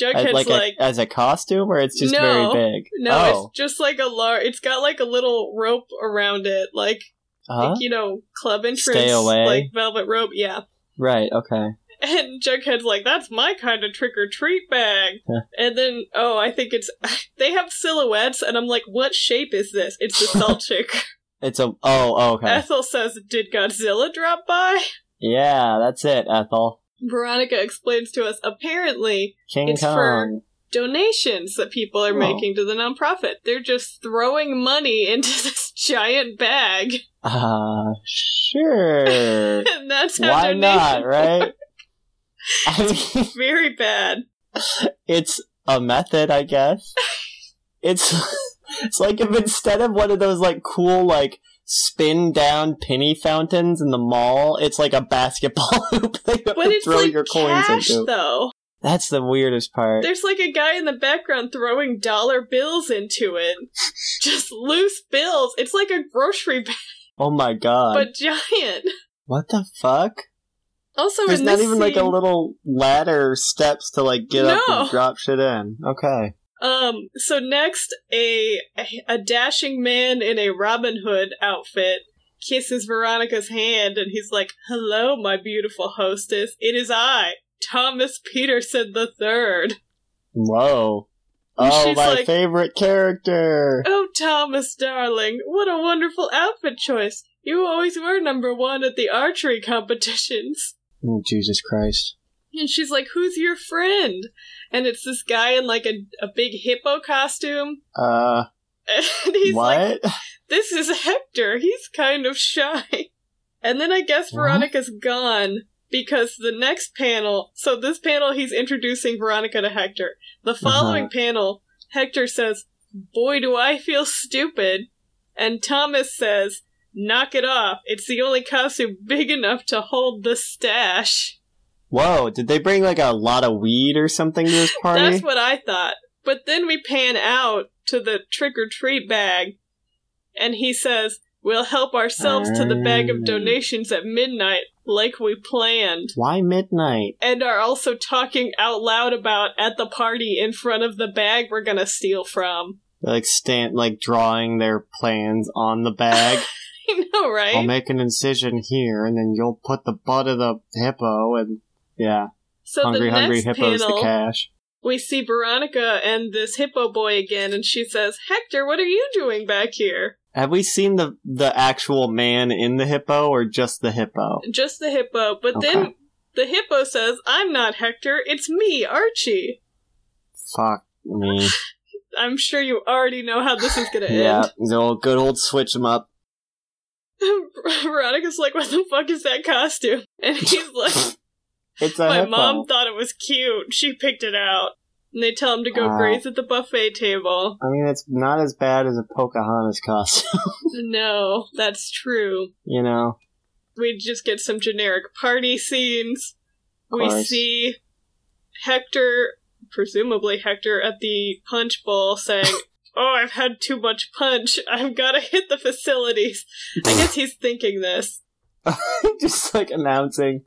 [SPEAKER 2] jughead's
[SPEAKER 1] like,
[SPEAKER 2] like,
[SPEAKER 1] a- as a costume, or it's just
[SPEAKER 2] No.
[SPEAKER 1] very big?
[SPEAKER 2] no
[SPEAKER 1] oh.
[SPEAKER 2] it's just like a large it's got like a little rope around it like,
[SPEAKER 1] Huh?
[SPEAKER 2] like you know club entrance
[SPEAKER 1] Stay away.
[SPEAKER 2] like velvet rope yeah [LAUGHS]
[SPEAKER 1] Right, okay.
[SPEAKER 2] And Jughead's like, that's my kind of trick or treat bag.
[SPEAKER 1] Huh.
[SPEAKER 2] and then, oh, I think it's. [LAUGHS] They have silhouettes, and I'm like, what shape is this? It's the salt chick.
[SPEAKER 1] [LAUGHS] It's a. Oh, okay.
[SPEAKER 2] Ethel says, did Godzilla drop by?
[SPEAKER 1] yeah, that's it, Ethel.
[SPEAKER 2] Veronica explains to us, apparently,
[SPEAKER 1] King
[SPEAKER 2] It's
[SPEAKER 1] Kong.
[SPEAKER 2] for- donations that people are
[SPEAKER 1] Oh.
[SPEAKER 2] making to the nonprofit. They're just throwing money [LAUGHS] into this giant bag. [LAUGHS]
[SPEAKER 1] [LAUGHS] Uh, sure.
[SPEAKER 2] And that's how
[SPEAKER 1] Why
[SPEAKER 2] donations.
[SPEAKER 1] not,
[SPEAKER 2] [LAUGHS]
[SPEAKER 1] right? I mean,
[SPEAKER 2] Very bad.
[SPEAKER 1] it's a method, I
[SPEAKER 2] [LAUGHS]
[SPEAKER 1] guess. It's it's like if instead of one of those like cool like spin down penny fountains in the mall, it's like a basketball [LAUGHS] hoop that you have
[SPEAKER 2] But
[SPEAKER 1] to
[SPEAKER 2] it's
[SPEAKER 1] throw
[SPEAKER 2] like
[SPEAKER 1] your coins
[SPEAKER 2] cash,
[SPEAKER 1] into.
[SPEAKER 2] though.
[SPEAKER 1] That's the weirdest part.
[SPEAKER 2] There's like a guy in the background throwing dollar bills
[SPEAKER 1] [LAUGHS]
[SPEAKER 2] into it. Just loose bills. It's like a grocery bag,
[SPEAKER 1] oh my god!
[SPEAKER 2] but giant.
[SPEAKER 1] what the fuck?
[SPEAKER 2] Also,
[SPEAKER 1] There's
[SPEAKER 2] in
[SPEAKER 1] not
[SPEAKER 2] this
[SPEAKER 1] even like a
[SPEAKER 2] scene,
[SPEAKER 1] little ladder steps to like get up and
[SPEAKER 2] No.
[SPEAKER 1] drop shit in. Okay.
[SPEAKER 2] um. So next, a a dashing man in a Robin Hood outfit kisses Veronica's hand, and he's like, "Hello, my beautiful hostess. It is I, Thomas Peterson the Third.
[SPEAKER 1] Whoa.
[SPEAKER 2] And
[SPEAKER 1] Oh,
[SPEAKER 2] she's
[SPEAKER 1] my
[SPEAKER 2] like-
[SPEAKER 1] favorite character.
[SPEAKER 2] Oh, Thomas, darling, what a wonderful outfit choice. You always were number one at the archery competitions."
[SPEAKER 1] Oh, Jesus Christ.
[SPEAKER 2] And she's like, Who's your friend? And it's this guy in like a, a big hippo costume. [LAUGHS]
[SPEAKER 1] Uh,
[SPEAKER 2] And he's like,
[SPEAKER 1] what?
[SPEAKER 2] This is Hector. He's kind of shy. And then I guess
[SPEAKER 1] What?
[SPEAKER 2] Veronica's gone because the next panel. So this panel, he's introducing Veronica to Hector.
[SPEAKER 1] Uh-huh.
[SPEAKER 2] The following panel, Hector says, Boy, do I feel stupid. And Thomas says, Knock it off. It's the only costume big enough to hold the stash.
[SPEAKER 1] Whoa, did they bring like a lot of weed or something to this party?
[SPEAKER 2] [LAUGHS] That's what I thought. But then we pan out to the trick or treat bag, and he says, We'll help ourselves to the bag of
[SPEAKER 1] Ah.
[SPEAKER 2] donations at midnight, like we planned.
[SPEAKER 1] Why midnight?
[SPEAKER 2] And are also talking out loud about at the party in front of the bag we're gonna steal from. [LAUGHS]
[SPEAKER 1] They're, like stand like drawing their plans on the bag.
[SPEAKER 2] You know, [LAUGHS] right?
[SPEAKER 1] I'll make an incision here and then you'll put the butt of the hippo and yeah.
[SPEAKER 2] so
[SPEAKER 1] hungry
[SPEAKER 2] the next
[SPEAKER 1] hungry hippo's
[SPEAKER 2] panel,
[SPEAKER 1] the cash.
[SPEAKER 2] we see Veronica and this hippo boy again, and she says, Hector, what are you doing back here?
[SPEAKER 1] Have we seen the the actual man in the hippo or just the hippo?
[SPEAKER 2] Just the hippo. But then
[SPEAKER 1] Okay.
[SPEAKER 2] the hippo says, I'm not Hector, it's me, Archie.
[SPEAKER 1] Fuck me.
[SPEAKER 2] I'm sure you already know how this is gonna
[SPEAKER 1] [LAUGHS] yeah. The old good old switch 'em up.
[SPEAKER 2] end. [LAUGHS] Veronica's like, What the fuck is
[SPEAKER 1] [LAUGHS]
[SPEAKER 2] that costume? [LAUGHS] And he's like,
[SPEAKER 1] It's a
[SPEAKER 2] My
[SPEAKER 1] hippo.
[SPEAKER 2] mom thought it was cute. She picked it out. and they tell him to go
[SPEAKER 1] Wow.
[SPEAKER 2] graze at the buffet table. [LAUGHS]
[SPEAKER 1] I mean, it's not as bad as a Pocahontas costume, [LAUGHS]
[SPEAKER 2] no, that's true.
[SPEAKER 1] you know. [LAUGHS]
[SPEAKER 2] We just get some generic party scenes.
[SPEAKER 1] Of
[SPEAKER 2] We
[SPEAKER 1] course.
[SPEAKER 2] see Hector, presumably Hector, at the punch
[SPEAKER 1] [LAUGHS]
[SPEAKER 2] bowl saying, Oh, I've had too much punch. I've got to hit the facilities.
[SPEAKER 1] [LAUGHS]
[SPEAKER 2] I guess he's thinking this.
[SPEAKER 1] Just like announcing.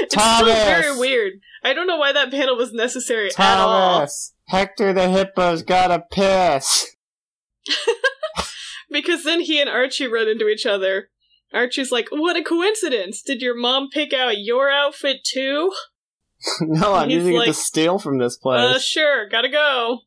[SPEAKER 2] It's still very
[SPEAKER 1] Thomas!
[SPEAKER 2] weird. I don't know why that panel was necessary at all.
[SPEAKER 1] Thomas! Hector the Hippo's gotta piss! [LAUGHS]
[SPEAKER 2] Because then he and Archie run into each other. Archie's like, What a coincidence! Did your mom pick out your outfit too?
[SPEAKER 1] no, I'm
[SPEAKER 2] He's
[SPEAKER 1] using it to
[SPEAKER 2] like,
[SPEAKER 1] steal from this
[SPEAKER 2] Uh,
[SPEAKER 1] place.
[SPEAKER 2] sure,
[SPEAKER 1] [LAUGHS]
[SPEAKER 2] gotta go.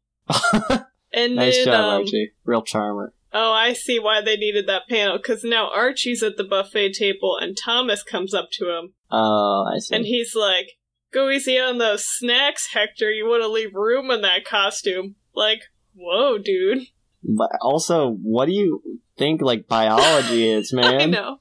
[SPEAKER 2] and
[SPEAKER 1] nice
[SPEAKER 2] then,
[SPEAKER 1] job,
[SPEAKER 2] um,
[SPEAKER 1] Archie. Real charmer.
[SPEAKER 2] oh, I see why they needed that panel, because now Archie's at the buffet table and Thomas comes up to him
[SPEAKER 1] Oh, I see.
[SPEAKER 2] and he's like, Go easy on those snacks, Hector. You want to leave room in that costume. Like, whoa, dude. [LAUGHS]
[SPEAKER 1] but also, what do you think, like, biology is, man?
[SPEAKER 2] [LAUGHS] I know.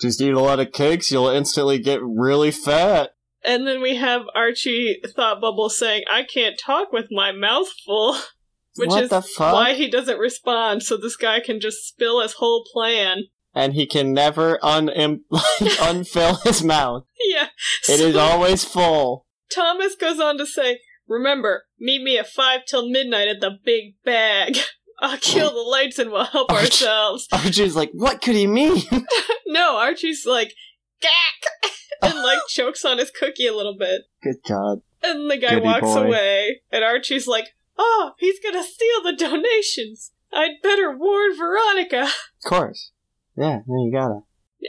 [SPEAKER 1] Just eat a lot of cakes, you'll instantly get really fat.
[SPEAKER 2] And then we have Archie Thought Bubble saying, I can't talk with my mouth full. [LAUGHS] Which
[SPEAKER 1] what
[SPEAKER 2] is
[SPEAKER 1] the fuck?
[SPEAKER 2] why he doesn't respond, so this guy can just spill his whole plan. [LAUGHS]
[SPEAKER 1] And he can never un- im- [LAUGHS] unfill his mouth.
[SPEAKER 2] Yeah.
[SPEAKER 1] It
[SPEAKER 2] [LAUGHS]
[SPEAKER 1] is
[SPEAKER 2] so
[SPEAKER 1] always full.
[SPEAKER 2] Thomas goes on to say, Remember, meet me at 5 till midnight at the big bag. [LAUGHS] I'll kill the lights and we'll help
[SPEAKER 1] Archie.
[SPEAKER 2] ourselves.
[SPEAKER 1] Archie's like, what could he mean? [LAUGHS]
[SPEAKER 2] No, Archie's like, Gack! and like chokes on his cookie a little bit.
[SPEAKER 1] Good God.
[SPEAKER 2] And the guy
[SPEAKER 1] Goody
[SPEAKER 2] walks
[SPEAKER 1] boy.
[SPEAKER 2] away, and Archie's like, Oh, he's gonna steal the donations. I'd better warn Veronica. [LAUGHS]
[SPEAKER 1] Of course. Yeah, no, you gotta.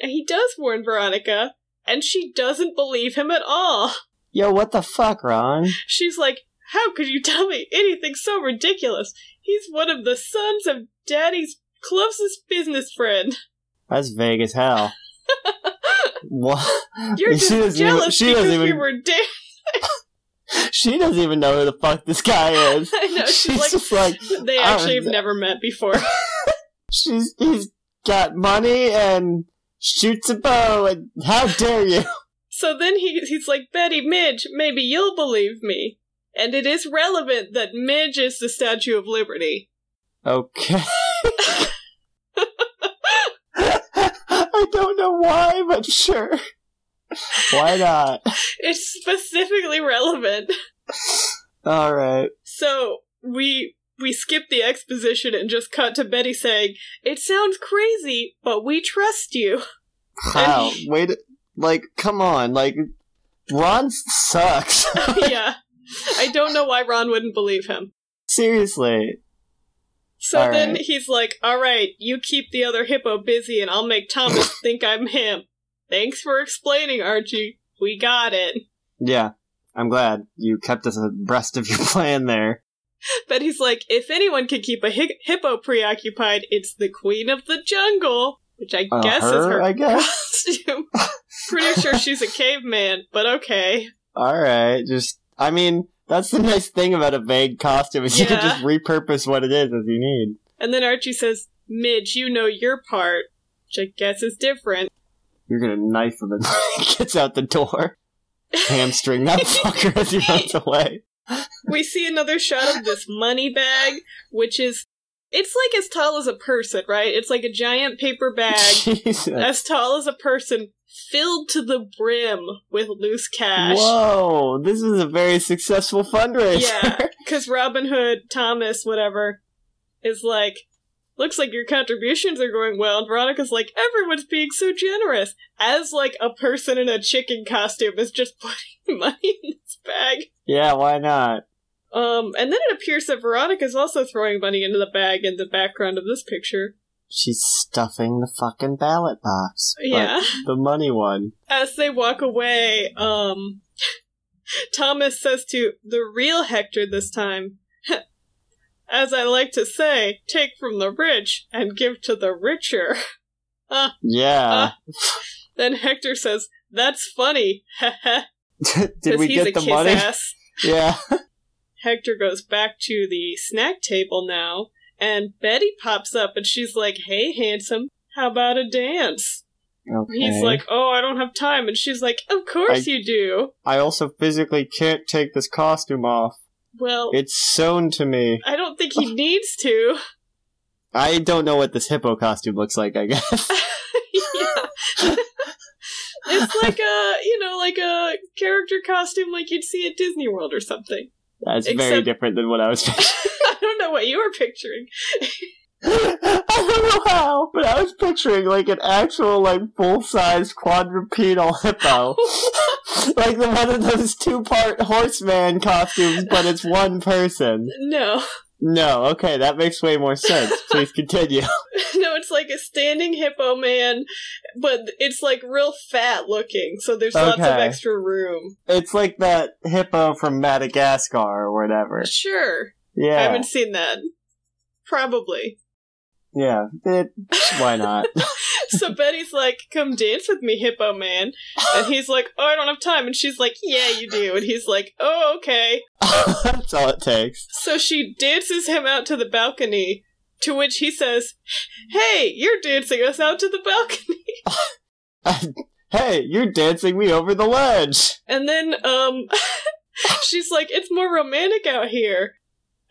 [SPEAKER 2] And he does warn Veronica, and she doesn't believe him at all.
[SPEAKER 1] Yo, what the fuck, Ron?
[SPEAKER 2] She's like, How could you tell me anything so ridiculous? He's one of the sons of Daddy's closest business
[SPEAKER 1] [LAUGHS]
[SPEAKER 2] friend.
[SPEAKER 1] That's vague as hell. what? [LAUGHS]
[SPEAKER 2] You're
[SPEAKER 1] She
[SPEAKER 2] just
[SPEAKER 1] doesn't even-
[SPEAKER 2] jealous
[SPEAKER 1] she doesn't
[SPEAKER 2] because we
[SPEAKER 1] even-
[SPEAKER 2] were dating.
[SPEAKER 1] She doesn't even know who the fuck this guy is.
[SPEAKER 2] [LAUGHS] I
[SPEAKER 1] [LAUGHS]
[SPEAKER 2] know, she's like-
[SPEAKER 1] just like,
[SPEAKER 2] They
[SPEAKER 1] I
[SPEAKER 2] actually have
[SPEAKER 1] was-
[SPEAKER 2] never met before. [LAUGHS]
[SPEAKER 1] she's, he's got money and shoots a bow and how dare you? [LAUGHS]
[SPEAKER 2] So then he, he's like, Betty, Midge, maybe you'll believe me. And it is relevant that Midge is the Statue of Liberty.
[SPEAKER 1] Okay. [LAUGHS] I don't know why, but sure. Why not?
[SPEAKER 2] It's specifically relevant.
[SPEAKER 1] Alright.
[SPEAKER 2] So we we skip the exposition and just cut to Betty saying, It sounds crazy, but we trust you. [LAUGHS]
[SPEAKER 1] How? Wait, like, come on, like, Ron sucks. [LAUGHS]
[SPEAKER 2] yeah. I don't know why Ron wouldn't believe him.
[SPEAKER 1] Seriously.
[SPEAKER 2] So
[SPEAKER 1] All
[SPEAKER 2] then
[SPEAKER 1] right.
[SPEAKER 2] he's like, All right, you keep the other hippo busy and I'll make
[SPEAKER 1] [LAUGHS]
[SPEAKER 2] Thomas think I'm him. Thanks for explaining, Archie. We got it. [LAUGHS]
[SPEAKER 1] Yeah, I'm glad you kept us abreast of your [LAUGHS] plan there.
[SPEAKER 2] But he's like, if anyone can keep a hi- hippo preoccupied, it's the queen of the jungle, which I
[SPEAKER 1] Uh,
[SPEAKER 2] [LAUGHS] guess is
[SPEAKER 1] her,
[SPEAKER 2] her
[SPEAKER 1] I
[SPEAKER 2] [LAUGHS]
[SPEAKER 1] guess?
[SPEAKER 2] costume. Pretty sure she's a caveman, but okay.
[SPEAKER 1] Alright, just, I mean, that's the [LAUGHS] nice thing about a vague costume, is you can
[SPEAKER 2] Yeah.
[SPEAKER 1] just repurpose what it is as you need.
[SPEAKER 2] And then Archie says, Midge, you know your part, which I guess is different.
[SPEAKER 1] You're gonna knife him and [LAUGHS] gets out the
[SPEAKER 2] [LAUGHS]
[SPEAKER 1] door. Hamstring that fucker as he runs away.
[SPEAKER 2] We see another shot of this money bag, which is. It's like as tall as a person, right? It's like a giant paper
[SPEAKER 1] [LAUGHS]
[SPEAKER 2] bag,
[SPEAKER 1] Jesus.
[SPEAKER 2] as tall as a person, filled to the brim with loose cash.
[SPEAKER 1] Whoa, this is a very successful fundraiser.
[SPEAKER 2] Yeah, because Robin Hood, Thomas, whatever, is like, looks like your contributions are going well. And Veronica's like, everyone's being so generous. As like a person in a chicken costume is just [LAUGHS] putting money in this bag.
[SPEAKER 1] [LAUGHS] yeah why not?
[SPEAKER 2] Um, and then it appears that Veronica's also throwing money into the bag in the background of this picture.
[SPEAKER 1] She's stuffing the fucking ballot box. but
[SPEAKER 2] Yeah.
[SPEAKER 1] The money one.
[SPEAKER 2] As they walk away, um, [LAUGHS] Thomas says to the real Hector this time, [LAUGHS] as I like to say, take from the rich and give to the richer. [LAUGHS]
[SPEAKER 1] Yeah.
[SPEAKER 2] Then Hector says, that's funny.
[SPEAKER 1] [LAUGHS]
[SPEAKER 2] [LAUGHS]
[SPEAKER 1] Did
[SPEAKER 2] 'cause
[SPEAKER 1] we
[SPEAKER 2] Uh, he's
[SPEAKER 1] get
[SPEAKER 2] a
[SPEAKER 1] the
[SPEAKER 2] kiss
[SPEAKER 1] money?
[SPEAKER 2] Ass.
[SPEAKER 1] [LAUGHS] Yeah.
[SPEAKER 2] Hector goes back to the snack table now, and Betty pops up and she's like, hey, handsome, how about a dance?
[SPEAKER 1] Okay.
[SPEAKER 2] He's like, oh, I don't have time. And she's like, of course you do.
[SPEAKER 1] I also physically can't take this costume off.
[SPEAKER 2] Well,
[SPEAKER 1] It's sewn to me.
[SPEAKER 2] I don't
[SPEAKER 1] [LAUGHS]
[SPEAKER 2] think he needs to.
[SPEAKER 1] I don't know what this hippo costume looks like, I guess. [LAUGHS]
[SPEAKER 2] [LAUGHS] yeah. it's like a, you know, like a character costume like you'd see at Disney World or something. [LAUGHS]
[SPEAKER 1] That's very
[SPEAKER 2] Except-
[SPEAKER 1] different than what I was [LAUGHS] picturing.
[SPEAKER 2] I don't know what you were picturing. [LAUGHS]
[SPEAKER 1] I don't know how, but I was picturing like an actual like full-sized quadrupedal [LAUGHS] hippo. like the one of those two-part horseman costumes, but it's one person.
[SPEAKER 2] No. [LAUGHS]
[SPEAKER 1] No, okay, that makes way more sense. Please continue.
[SPEAKER 2] No, it's like a standing hippo man, but it's like real fat looking, so there's lots of
[SPEAKER 1] Okay.
[SPEAKER 2] extra room.
[SPEAKER 1] [LAUGHS] It's like that hippo from Madagascar or whatever.
[SPEAKER 2] Sure. I
[SPEAKER 1] Yeah.
[SPEAKER 2] haven't seen that. Probably. [LAUGHS]
[SPEAKER 1] Yeah. It, why not?
[SPEAKER 2] So Betty's like, come dance with me, hippo man. And he's like, oh, I don't have time. And she's like, yeah, you do. And he's like, oh, okay.
[SPEAKER 1] That's all it takes.
[SPEAKER 2] So she dances him out to the balcony, to which he says, Hey, you're dancing us out to the balcony. [LAUGHS]
[SPEAKER 1] Hey, you're dancing me over the ledge.
[SPEAKER 2] And then um [LAUGHS] she's like, It's more romantic out here.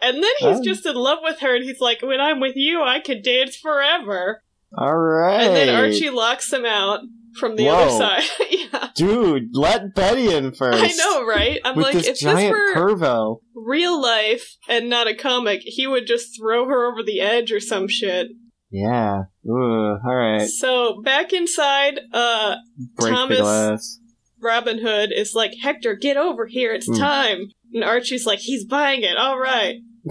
[SPEAKER 2] And then he's
[SPEAKER 1] Oh.
[SPEAKER 2] just in love with her and he's like, When I'm with you, I could dance forever.
[SPEAKER 1] All right.
[SPEAKER 2] And then Archie locks him out from the other
[SPEAKER 1] Whoa.
[SPEAKER 2] side. [LAUGHS] yeah.
[SPEAKER 1] Dude, let Betty in first.
[SPEAKER 2] [LAUGHS] I know, right? I'm
[SPEAKER 1] With
[SPEAKER 2] like,
[SPEAKER 1] this
[SPEAKER 2] if this
[SPEAKER 1] giant
[SPEAKER 2] were
[SPEAKER 1] curvo.
[SPEAKER 2] real life and not a comic, he would just throw her over the edge or some shit.
[SPEAKER 1] Yeah. Ooh, all right.
[SPEAKER 2] So back inside, uh,
[SPEAKER 1] Break
[SPEAKER 2] Thomas-
[SPEAKER 1] the glass.
[SPEAKER 2] Robin Hood is like, Hector, get over here, it's
[SPEAKER 1] Mm.
[SPEAKER 2] time. And Archie's like, he's buying it, all right.
[SPEAKER 1] [LAUGHS]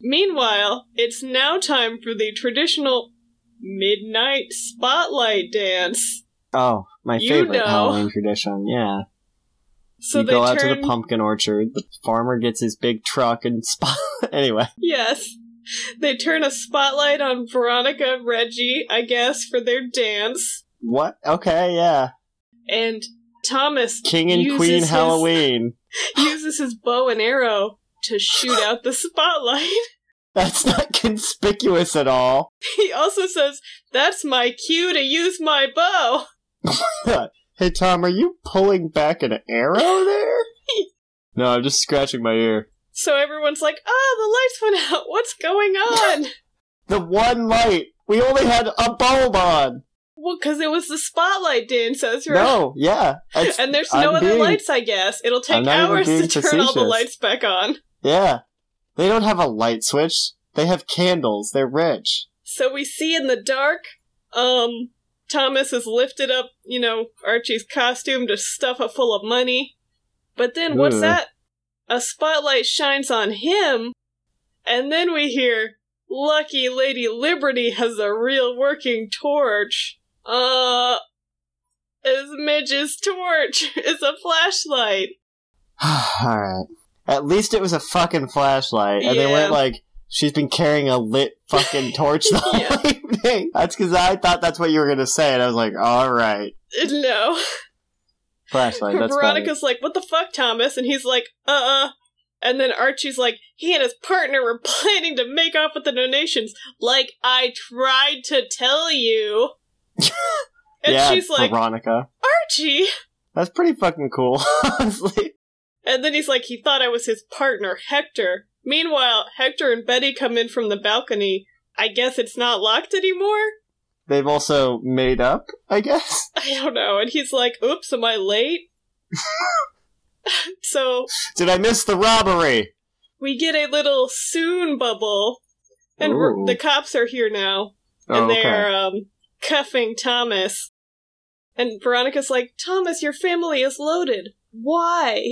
[SPEAKER 2] Meanwhile, it's now time for the traditional midnight spotlight dance.
[SPEAKER 1] Oh, my
[SPEAKER 2] You
[SPEAKER 1] favorite
[SPEAKER 2] know.
[SPEAKER 1] Halloween tradition. Yeah.
[SPEAKER 2] [LAUGHS] So
[SPEAKER 1] you
[SPEAKER 2] they
[SPEAKER 1] go out
[SPEAKER 2] turn.
[SPEAKER 1] to the pumpkin orchard. The farmer gets his big truck and [LAUGHS] spot. anyway,
[SPEAKER 2] Yes. They turn a spotlight on Veronica and Reggie, I guess, for their dance.
[SPEAKER 1] what? Okay, yeah.
[SPEAKER 2] And
[SPEAKER 1] [GASPS]
[SPEAKER 2] Thomas
[SPEAKER 1] King and
[SPEAKER 2] uses
[SPEAKER 1] Queen
[SPEAKER 2] his- [LAUGHS]
[SPEAKER 1] Halloween.
[SPEAKER 2] uses his bow and arrow to shoot out the spotlight. [LAUGHS]
[SPEAKER 1] That's not conspicuous at all.
[SPEAKER 2] He also says, That's my cue to use my bow.
[SPEAKER 1] Hey Tom, are you pulling back an arrow there? no, I'm just scratching my ear.
[SPEAKER 2] So everyone's like, oh, the lights went out. [LAUGHS] What's
[SPEAKER 1] [LAUGHS]
[SPEAKER 2] going on?
[SPEAKER 1] The one light. We only had a bulb on.
[SPEAKER 2] well, because it was the spotlight dance, Ezra.
[SPEAKER 1] No, yeah, it's-
[SPEAKER 2] And there's no
[SPEAKER 1] I'm
[SPEAKER 2] other
[SPEAKER 1] being-
[SPEAKER 2] lights, I guess. It'll
[SPEAKER 1] I'm
[SPEAKER 2] take
[SPEAKER 1] not even
[SPEAKER 2] hours to turn
[SPEAKER 1] being
[SPEAKER 2] all the
[SPEAKER 1] facetious.
[SPEAKER 2] lights back on.
[SPEAKER 1] yeah. They don't have a light switch. They have candles. They're rich. [SIGHS]
[SPEAKER 2] So we see in the dark, um, Thomas has lifted up, you know, Archie's costume to stuff it full of money. But then what's
[SPEAKER 1] Ugh.
[SPEAKER 2] that? A spotlight shines on him, and then we hear, Lucky Lady Liberty has a real working torch. Uh, is Midge's torch [LAUGHS] is a flashlight. [LAUGHS]
[SPEAKER 1] all right. At least it was a fucking flashlight, and they
[SPEAKER 2] Yeah.
[SPEAKER 1] went like. She's been carrying a lit fucking torch
[SPEAKER 2] [LAUGHS]
[SPEAKER 1] the whole
[SPEAKER 2] Yeah.
[SPEAKER 1] evening. That's because I thought that's what you were gonna say, and I was like, "All right,
[SPEAKER 2] No.
[SPEAKER 1] flashlight." That's better.
[SPEAKER 2] Veronica's like, "What the fuck, Thomas?" And he's like, "Uh, uh." And then Archie's like, "He and his partner were [LAUGHS] planning to make off with the donations, like I tried to tell
[SPEAKER 1] [LAUGHS]
[SPEAKER 2] you." and
[SPEAKER 1] yeah,
[SPEAKER 2] she's like,
[SPEAKER 1] Veronica.
[SPEAKER 2] "Archie."
[SPEAKER 1] That's pretty fucking cool, [LAUGHS] honestly.
[SPEAKER 2] And then he's like, "He thought I was his partner, Hector." Meanwhile, Hector and Betty come in from the balcony. I guess it's not locked anymore.
[SPEAKER 1] They've also made up, I guess.
[SPEAKER 2] I don't know. And he's like, "Oops, am
[SPEAKER 1] [LAUGHS]
[SPEAKER 2] I late?" [LAUGHS] so
[SPEAKER 1] Did I miss the robbery?
[SPEAKER 2] we get a little soon bubble, and we're,
[SPEAKER 1] Ooh.
[SPEAKER 2] the cops are here now, and
[SPEAKER 1] oh, okay.
[SPEAKER 2] they're um, cuffing Thomas. And Veronica's like, "Thomas, your family is loaded. Why?"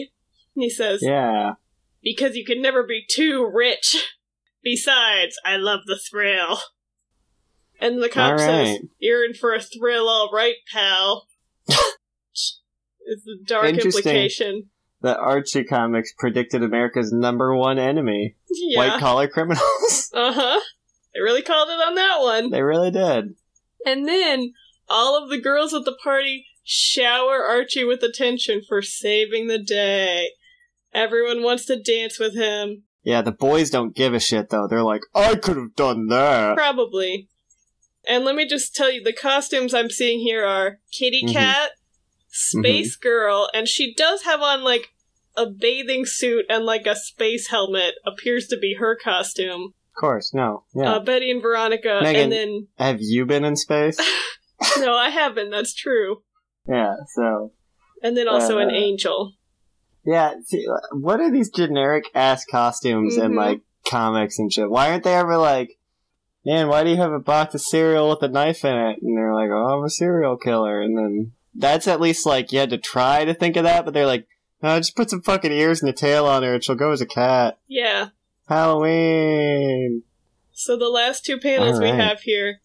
[SPEAKER 2] And he says,
[SPEAKER 1] Yeah.
[SPEAKER 2] "Because you can never be too rich. Besides, I love the thrill." And the cop
[SPEAKER 1] All
[SPEAKER 2] says,
[SPEAKER 1] right.
[SPEAKER 2] "You're in for a thrill, all right, pal." [LAUGHS] it's a dark
[SPEAKER 1] Interesting.
[SPEAKER 2] implication. [LAUGHS]
[SPEAKER 1] The Archie comics predicted America's number one enemy
[SPEAKER 2] Yeah.
[SPEAKER 1] white collar criminals. [LAUGHS]
[SPEAKER 2] Uh huh. They really called it on that one.
[SPEAKER 1] they really did.
[SPEAKER 2] And then all of the girls at the party shower Archie with attention for saving the day. Everyone wants to dance with him.
[SPEAKER 1] Yeah, the boys don't give a shit, though. They're like, I could have done that.
[SPEAKER 2] Probably. And let me just tell you the costumes I'm seeing here are Kitty
[SPEAKER 1] Mhm.
[SPEAKER 2] Cat, Space Girl, and she does have on like a bathing suit and like a space helmet appears to be her costume.
[SPEAKER 1] Of course, no. Yeah.
[SPEAKER 2] Uh, Betty and Veronica,
[SPEAKER 1] Megan.
[SPEAKER 2] and then
[SPEAKER 1] Have you been in
[SPEAKER 2] [LAUGHS]
[SPEAKER 1] space?
[SPEAKER 2] no, I haven't. That's true.
[SPEAKER 1] yeah, so.
[SPEAKER 2] And then also an
[SPEAKER 1] Uh,
[SPEAKER 2] angel.
[SPEAKER 1] Yeah, see, uh, what are these generic ass costumes and
[SPEAKER 2] Mhm.
[SPEAKER 1] like comics and shit? Why aren't they ever like, man, why do you have a box of cereal with a knife in it? And they're like, oh, I'm a serial killer. And then that's at least like, you had to try to think of that, but they're like, no, just put some fucking ears and a tail on her and she'll go as a cat.
[SPEAKER 2] Yeah.
[SPEAKER 1] Halloween.
[SPEAKER 2] So the last two panels we
[SPEAKER 1] Alright.
[SPEAKER 2] have here.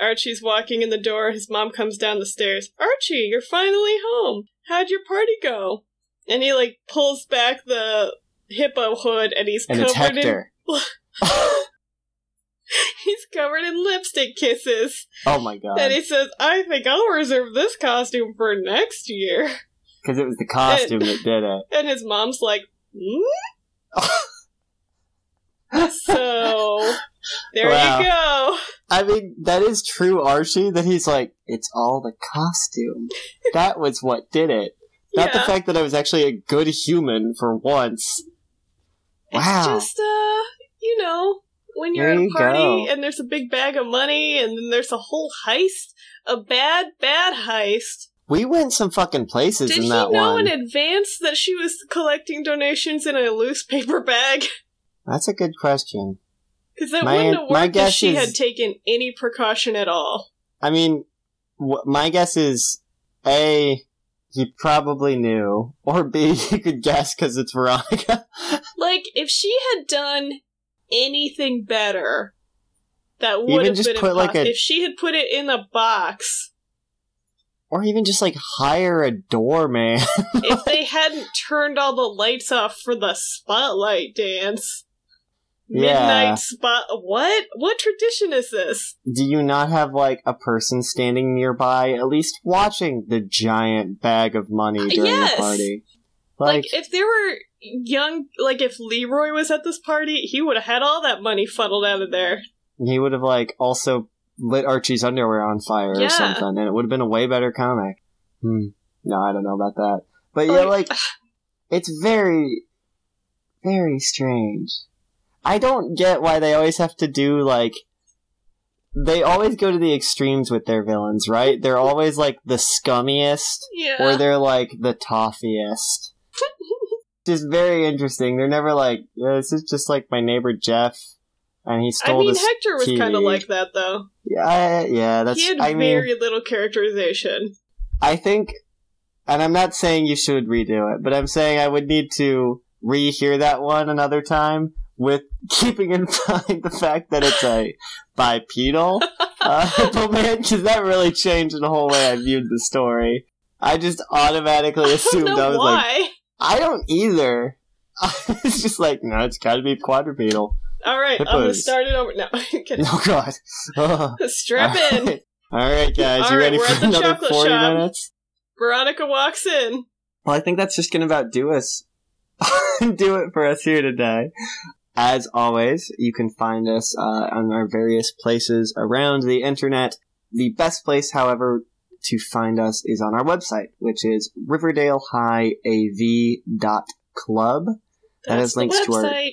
[SPEAKER 2] Archie's walking in the door. His mom comes down the stairs. Archie, you're finally home. How'd your party go? And he like pulls back the hippo hood, and he's
[SPEAKER 1] And it's
[SPEAKER 2] covered in
[SPEAKER 1] Hector.
[SPEAKER 2] [LAUGHS] he's covered in lipstick kisses.
[SPEAKER 1] Oh my god.
[SPEAKER 2] And he says, "I think I'll reserve this costume for next year."
[SPEAKER 1] Because it was the costume that did
[SPEAKER 2] [LAUGHS]
[SPEAKER 1] it.
[SPEAKER 2] And his mom's like,
[SPEAKER 1] [LAUGHS]
[SPEAKER 2] "Hmm?" so there you go.
[SPEAKER 1] I mean, that is true, Archie, that he's like, it's all the costume. that was what did it. Not the
[SPEAKER 2] Yeah.
[SPEAKER 1] fact that I was actually a good human for once.
[SPEAKER 2] It's
[SPEAKER 1] Wow.
[SPEAKER 2] just uh, you know, when you're
[SPEAKER 1] There
[SPEAKER 2] at a
[SPEAKER 1] you
[SPEAKER 2] party
[SPEAKER 1] go.
[SPEAKER 2] and there's a big bag of money and then there's a whole heist, a bad bad heist.
[SPEAKER 1] We went some fucking places
[SPEAKER 2] Did
[SPEAKER 1] in
[SPEAKER 2] he
[SPEAKER 1] that
[SPEAKER 2] know
[SPEAKER 1] one.
[SPEAKER 2] in advance that she was collecting donations in a loose paper bag? [LAUGHS]
[SPEAKER 1] That's a good question.
[SPEAKER 2] Because that
[SPEAKER 1] My-
[SPEAKER 2] wouldn't have
[SPEAKER 1] my
[SPEAKER 2] worked if
[SPEAKER 1] guess
[SPEAKER 2] she
[SPEAKER 1] is-
[SPEAKER 2] had taken any precaution at all.
[SPEAKER 1] I mean, wh- my guess is A, he probably knew, or B, [LAUGHS] you could guess because it's Veronica. [LAUGHS]
[SPEAKER 2] Like, if she had done anything better, that would
[SPEAKER 1] Even
[SPEAKER 2] have
[SPEAKER 1] just
[SPEAKER 2] been
[SPEAKER 1] put, like,
[SPEAKER 2] impossible.
[SPEAKER 1] a-
[SPEAKER 2] If she had put it in a box,
[SPEAKER 1] or even just like hire a doorman. [LAUGHS]
[SPEAKER 2] if they hadn't turned all the lights off for the spotlight dance,
[SPEAKER 1] Yeah.
[SPEAKER 2] midnight spot. What? What tradition is this?
[SPEAKER 1] do you not have like a person standing nearby at least watching the giant bag of money during
[SPEAKER 2] Uh,
[SPEAKER 1] the
[SPEAKER 2] yes!
[SPEAKER 1] party
[SPEAKER 2] Like,
[SPEAKER 1] like,
[SPEAKER 2] if there were young, like, if Leroy was at this party, he would have had all that money funneled out of there.
[SPEAKER 1] he would have like also lit archie's underwear on fire
[SPEAKER 2] Yeah.
[SPEAKER 1] or something and it would have been a way better comic hmm. no i don't know about that but yeah
[SPEAKER 2] Like-
[SPEAKER 1] like
[SPEAKER 2] [SIGHS]
[SPEAKER 1] it's very very strange i don't get why they always have to do like they always go to the extremes with their villains right they're always like the scummiest
[SPEAKER 2] Yeah.
[SPEAKER 1] or they're like the toffiest.
[SPEAKER 2] [LAUGHS]
[SPEAKER 1] Just very interesting. They're never like "Yeah, this is just like my neighbor Jeff, and he
[SPEAKER 2] I
[SPEAKER 1] stole
[SPEAKER 2] mean,
[SPEAKER 1] this.
[SPEAKER 2] Hector was
[SPEAKER 1] TV.
[SPEAKER 2] kind of like that, though.
[SPEAKER 1] yeah, I- yeah, that's.
[SPEAKER 2] he had
[SPEAKER 1] I mean,
[SPEAKER 2] very little characterization. [LAUGHS]
[SPEAKER 1] I think, and I'm not saying you should redo it, but I'm saying I would need to rehear that one another time with [LAUGHS] keeping in mind the fact that it's
[SPEAKER 2] [LAUGHS]
[SPEAKER 1] a bipedal uh, man, because that really changed the whole way I viewed the story. I just automatically
[SPEAKER 2] I don't
[SPEAKER 1] assumed I
[SPEAKER 2] know
[SPEAKER 1] was like,
[SPEAKER 2] why.
[SPEAKER 1] I don't either. [LAUGHS] it's just like, no, it's got to be quadrupedal. [LAUGHS]
[SPEAKER 2] All right, I'm gonna
[SPEAKER 1] hippos.
[SPEAKER 2] start it over [LAUGHS] now.
[SPEAKER 1] [LAUGHS]
[SPEAKER 2] Kidding.
[SPEAKER 1] Oh God. Ugh.
[SPEAKER 2] Strap
[SPEAKER 1] All [LAUGHS]
[SPEAKER 2] in.
[SPEAKER 1] right. All right, guys,
[SPEAKER 2] All
[SPEAKER 1] you
[SPEAKER 2] right,
[SPEAKER 1] ready
[SPEAKER 2] we're at
[SPEAKER 1] for
[SPEAKER 2] the
[SPEAKER 1] another
[SPEAKER 2] chocolate
[SPEAKER 1] forty
[SPEAKER 2] shop.
[SPEAKER 1] minutes?
[SPEAKER 2] Veronica walks in.
[SPEAKER 1] Well, I think that's just gonna about do us. [LAUGHS] do it for us here today. As always, you can find us uh, on our various places around the internet. The best place, however, to find us is on our website, which is riverdalehighav.club. That has
[SPEAKER 2] That's the
[SPEAKER 1] links to our-
[SPEAKER 2] website.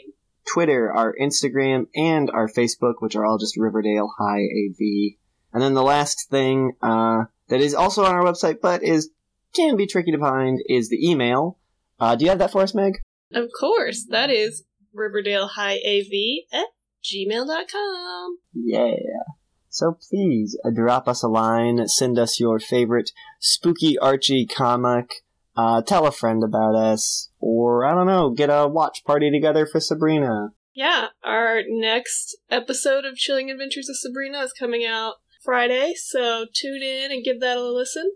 [SPEAKER 1] Twitter, our Instagram, and our Facebook, which are all just Riverdale High AV. And then the last thing uh, that is also on our website, but is can be tricky to find, is the email. Uh, do you have that for us, Meg?
[SPEAKER 2] Of course, that is Riverdale High AV at gmail.com.
[SPEAKER 1] Yeah. So please uh, drop us a line, send us your favorite spooky Archie comic, uh, tell a friend about us, or I don't know, get a watch party together for Sabrina.
[SPEAKER 2] Yeah, our next episode of Chilling Adventures of Sabrina is coming out Friday, so tune in and give that a listen.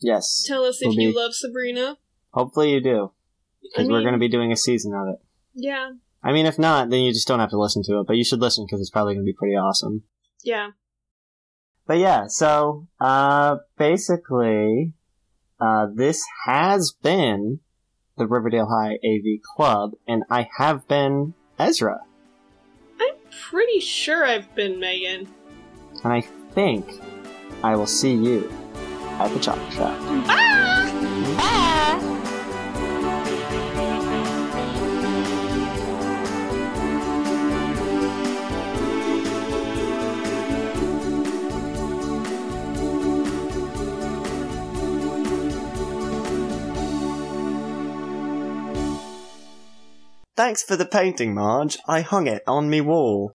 [SPEAKER 1] Yes.
[SPEAKER 2] Tell us if
[SPEAKER 1] Will
[SPEAKER 2] you
[SPEAKER 1] be.
[SPEAKER 2] love Sabrina.
[SPEAKER 1] Hopefully you do,
[SPEAKER 2] I
[SPEAKER 1] because we're
[SPEAKER 2] mean,
[SPEAKER 1] going to be doing a season of it.
[SPEAKER 2] Yeah,
[SPEAKER 1] I mean, if not, then you just don't have to listen to it, but you should listen because it's probably going to be pretty awesome.
[SPEAKER 2] yeah.
[SPEAKER 1] But yeah, so uh, basically, uh, this has been the Riverdale High AV Club, and I have been Ezra,
[SPEAKER 2] Pretty sure I've been Megan.
[SPEAKER 1] and I think I will see you
[SPEAKER 2] Ah!
[SPEAKER 1] at the chocolate shop.
[SPEAKER 3] Bye.
[SPEAKER 1] Thanks for the painting, Marge. I hung it on me wall.